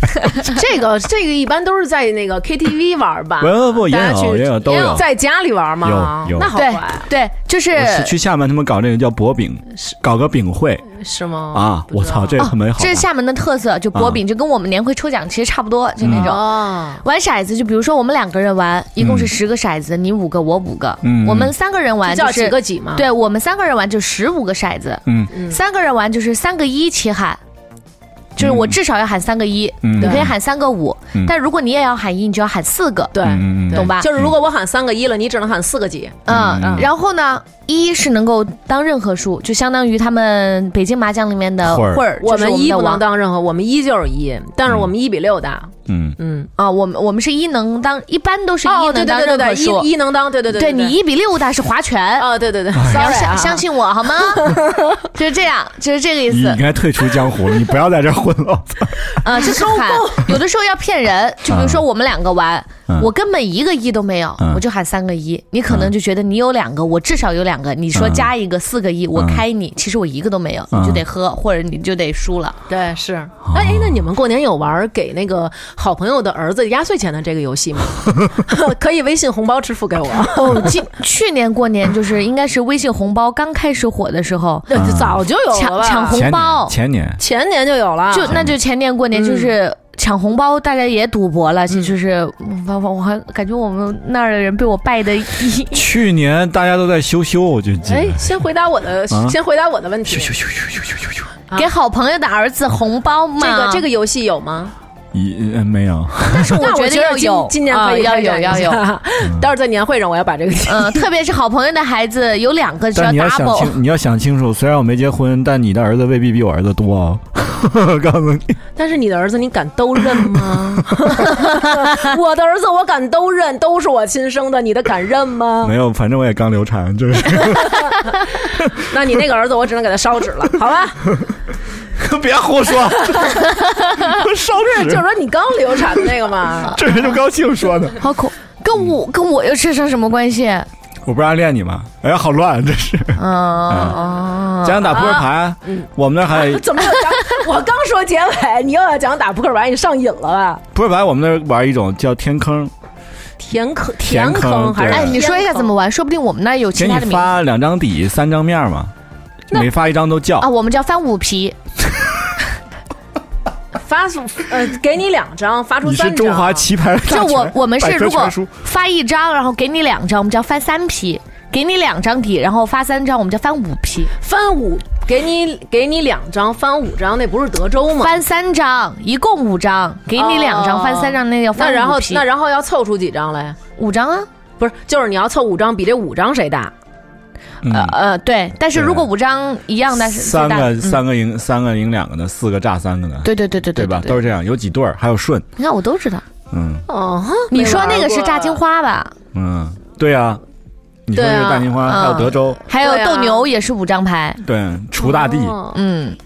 这个这个一般都是在那个 KTV 玩吧？
不不不，哦也
啊大家去
有也有都
也
有。
在家里玩吗？
有有
那好
对
玩
对，就是
我是去厦门，他们搞这个叫博饼，搞个饼会
是吗？
啊！
不
我
知道
操，这个没好
哦
嗯
这是
玩。
厦门的特色，就薄饼，就跟我们年会抽奖其实差不多，就那种。
哦，
玩骰子，就比如说我们两个人玩，一共是
嗯
十个骰子，你五个，我五个。
嗯
我们三个人玩
这叫
就
几
是，
个几嘛？，
对我们三个人玩就十五个骰子，
嗯
嗯
三个人玩就是三个一起喊，就是我至少要喊三个一，
嗯
你可以
对
喊三个五
嗯，
但如果你也要喊一，你就要喊四个，
对，
嗯嗯
对
嗯
懂吧
就是如果我喊三个一了，你只能喊四个几。
嗯
嗯，
然后呢，一是能够当任何数，就相当于他们北京麻将里面的
混儿
混儿，
我
就是
们
我们
一
的
不能
王
当任何，我们一就是一，但是我们一比六大。
嗯
嗯，
啊，我们我们是一能当，一般都是一
哦，对
能
对
当
对对
任
对，
何数，
一一能当，对对对对，
对你一比六大是划拳。
哦，对对对
哎
你要
，sorry，啊
相相信我 好吗？就是这样，就是这个意
你
思
应。该退出江湖了，你不要在这儿混了。
啊，就是喊，有的时候要骗人，就比如说我们两个玩，
嗯
我根本一个一都没有，
嗯
我就喊三个一，你可能就觉得你有两个，我至少有两个，你说
嗯
加一个四个一，我开你，其实我一个都没有，你就
嗯
得喝，或者你就得输了。
对是。
哦
哎哎，那你们过年有玩给那个好朋友的儿子压岁钱的这个游戏 吗？可以微信红包支付给我。
哦，今去年过年就是应该是微信红包刚开始火的时候，
那就早就有了
抢
吧
抢 红
前年
包
前年
前年就有
啊
了，
就那就前年过
嗯
年就是。抢红包，大家也赌博了，这就是我我我还感觉我们那儿的人被我败的一
去年大家都在羞羞，我就记
哎
得，。
先回答我的，
啊
先回答我的问题。啊
给好朋友的儿子红包嘛。
这个这个游戏有吗？
一呃没有，
但是
那
我
我
觉得
得今
有，
今年可以
啊要
开
有
展一
要
下嗯
有。，
待会儿在年会上我要把这个提。
嗯，特别是好朋友的孩子有两个，只
但你要想
double。
清，你要想清楚，虽然我没结婚，但你的儿子未必比我儿子多 哦。我告诉你，
但是你的儿子你敢都认 吗？我的儿子我敢都认，都是我亲生的，你的敢认吗
没？有，反正我也刚流产，就是
那你那个儿子我只能给他烧 纸了，好吧？
别胡 说，烧
不是，
纸
就是说你刚流产的那个
。
嘛
这人就高兴说呢。
好恐，跟
嗯
我跟我又扯上什么关系？
我不是暗恋你吗？哎呀，好乱，这是。
嗯哦，
讲打扑克牌，
嗯
我们那儿还
怎么又讲？我刚说结尾，你又要讲打扑克牌，你上瘾了吧？
扑克牌，我们那儿玩一种叫天坑，
填坑
填
填
坑
坑还是？
对
哎，你说一下怎么？玩，说不定我们那儿有
给
其
你
他的名字
发两张底，三张面嘛，
那
每发一张都叫
啊，。我们叫翻五皮，
发出呃，给你两张，发出
你是
三张。
中华棋牌大
啊
全，
就我我们
百
是
科
如果
全书
发一张，然后给你两张，我们叫翻三皮。给你两张底，然后发三张，我们叫翻五批，
翻五，给你给你两张，翻五张，那不是德州吗？
翻三张，一共五张，给你两张，
哦
翻三张，那叫翻
那
五
然后
批
那然后要凑出几张来？
五张啊，
不是，就是你要凑五张，比这五张谁大？
呃
嗯
呃，对，但是
对
如果五张一样，但是最
三
大
个
嗯
三个赢三个赢两个的，四个炸三个的，
对对对对
对吧？
对
都是这样，有几对儿，还有顺，
你看我都知道。
嗯
哦，
你说那个是炸金，花吧？
嗯，对呀。你说
对
这
啊
个大金花，
嗯
还有德州，
还有
对啊
斗牛也是五张牌，
对，锄大地，
嗯，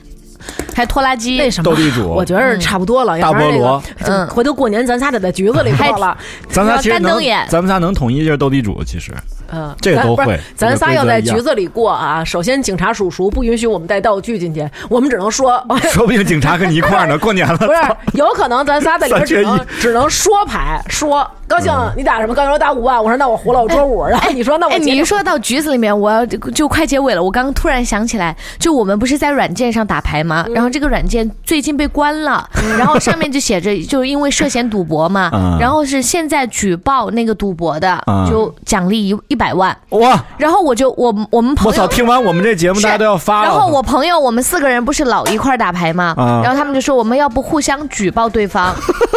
还有拖拉
那
机，
什么
斗？ 地主
哦我，觉得差不多了，要
大
不然
菠
这个
萝，
嗯
就回头过年咱仨得在局子里
还
过了。
咱仨其实
丹灯
能
眼，
咱们仨能统一就是斗地主，其 实
嗯，
这个
咱
都
不是
会
咱仨
这个
要
规则
在
一样
局子里过啊。首先，警察叔叔不允许我们带道具进去，我们只能说，
说不定警察跟你一块儿呢。过年了，
不是，有可能咱仨在里边只
三嗯
能只能说牌，说高兴你打什么？高兴说打五万，我说那我胡了，我桌五，然 后你说那我
哎，你
接
一
着
说到局子里面，我要就快结尾了。我刚刚突然想起来，就我们不是在软件上打牌吗？然后这个软件最近被关了，然后上面就写着， 就是因为涉嫌赌博嘛
嗯，
然后是现在举报那个赌博的
嗯，
就奖励一一百万。
哇！
然后我就我我们
我
朋
操！
友。
听完我们这节目，
是
大家都要发了。
然后我朋友，我们四个人不是老一块儿打牌吗？
啊
然后他们就说我们要不互相举报对方，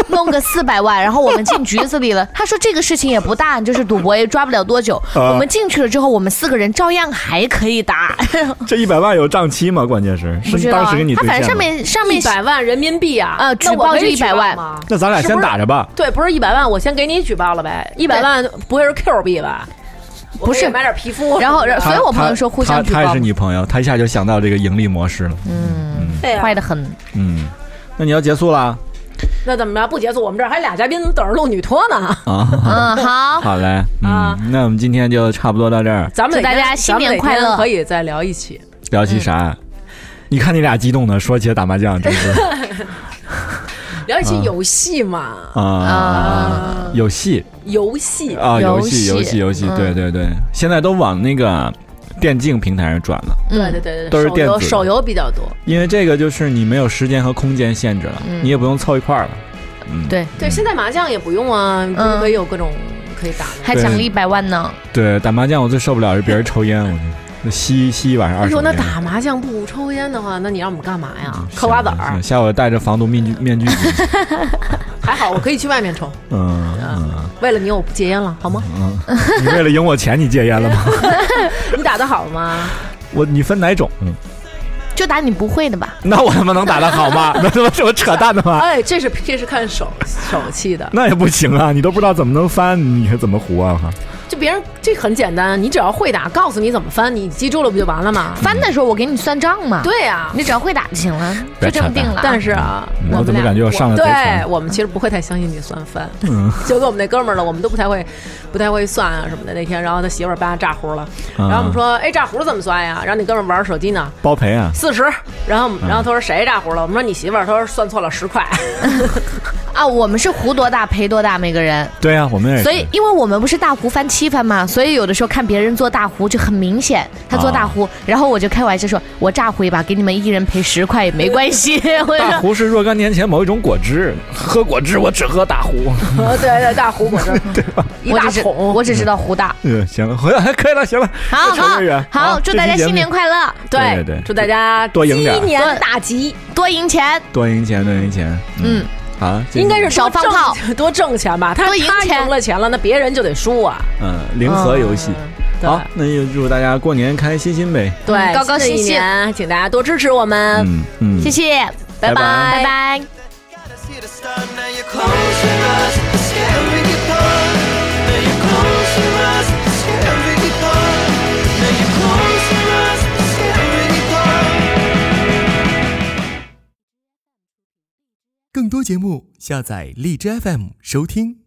弄个四百万，然后我们进局子里了，的。他说这个事情也不大，就是赌博也抓不了多久。
啊
我们进去了之后，我们四个人照样还可以打。
这一百万有账期吗？关键是
不知
是
道
嗯当
啊
时给你，
他
兑
反
现
正
的
上面上面
一百万人民币啊，
啊
那
举
我
报
可
就
以
一
举
百
报
万
吗
那咱俩先打着吧。
对，不是一百万，我先给你举报了呗。一百万不会是 Q 币吧？我
不是
可以买点皮肤，
然后然后
他
所以我朋友说互相
他
举
他也
报嗯
是你朋友，他一下就想到这个盈利模式了。
对呀
坏 的很。
嗯，那你要结束
啊
啦
那怎么着不结束？我们这儿还俩嘉宾等着录女托呢。
啊！
嗯，好，
好嘞，
啊
嗯，那我们今天就差不多到这儿。
咱们
祝大家新年快
咱
乐
们哪天可以再聊一起。
聊
嗯
起啥？你看你俩激动的，说起打麻将，真 是
聊一起游戏嘛，
啊，有戏
游戏
啊，
游
游戏，
戏
游戏，游戏，
嗯
对对对，现在都往那个电竞平台上转了，
对
嗯
对，对对，
都是
手
电子
游
的
手游比较多。
因为这个就是你没有时间和空间限制了，
嗯
你也不用凑一块儿了。嗯，
对
对，现在麻将也不用啊，不是可以有各种可以打的。
还奖励一百万呢。
对，打麻将我最受不了是别人抽烟，我就那吸吸一晚上
哎
二手
呦，
烟。
那打麻将不抽烟的话，那你让我们干嘛呀
嗯？
嗑瓜子
行
儿
行，下午戴着防毒面具面具。
还好我可以去外面抽。
嗯嗯
为了你，我不戒烟了，好吗？
嗯，你为了赢我钱，你戒烟了吗？
你打得好吗？
啊我你分哪种？嗯，
就打你不会的吧？
那我他妈能打得好吗？ 那他妈是我扯淡的吗？
哎，这是这是看手手气的，
那也不行啊！你都不知道怎么能翻，你还怎么胡啊？
就别人这很简单，你只要会打，告诉你怎么翻，你记住了不就完了
嗯
吗？
翻的时候我给你算账嘛，
对呀、
你只要会打就行了，
别
就这么定了。
但是啊，
嗯我
们
怎么
俩
感觉我上了嗯贼船
对我们其实不会太相信你算翻， 就跟我们那哥们儿了，我们都不太会，不太会算啊什么的。那天，然后他媳妇儿扒炸胡了，
啊
然后我们说，哎，炸胡怎么算呀？然后你哥们儿玩手机呢，
包赔啊！
四十。然后，然后他说谁炸胡了？我们说你媳妇儿，他说算错了十块。
啊，我们是胡多大赔多大，每个人。
对啊，我们也是
所以，因为我们不是大胡翻七番嘛，所以有的时候看别人做大胡就很明显，他做大胡，然后我就开玩笑说，我炸胡一把，给你们一人赔十块也没关 系。我就
大
说
胡是若干年前某一种果汁，喝果汁我只喝大胡。
对对，大胡果汁，一
我
大
只是
桶。
我只知道胡大。
嗯，行了，回来可以了，行了，
好
越扯越远
好好，祝大家新年。
这期节目
快乐，
对
对
对对
祝大家
多赢点儿
鸡年大吉，
多赢钱，
多赢钱，多赢钱。嗯
嗯，
好，这期
应该是
少
多
放炮
挣， 多挣钱吧。他
多赢
他
钱
赢了钱了，那别人就得输啊。
嗯零和游戏。
嗯
对
好，那就祝大家过年开心心呗。
对，
嗯高高兴兴
新的一年请大家多支持我们。
嗯嗯，
谢谢，
拜拜
拜拜。
Got us here to start. Now you're closing us, the scary part. Now you're closing us, the scary part. Now you're closing us, the scary part.
更多节目，下载荔枝 FM 收听。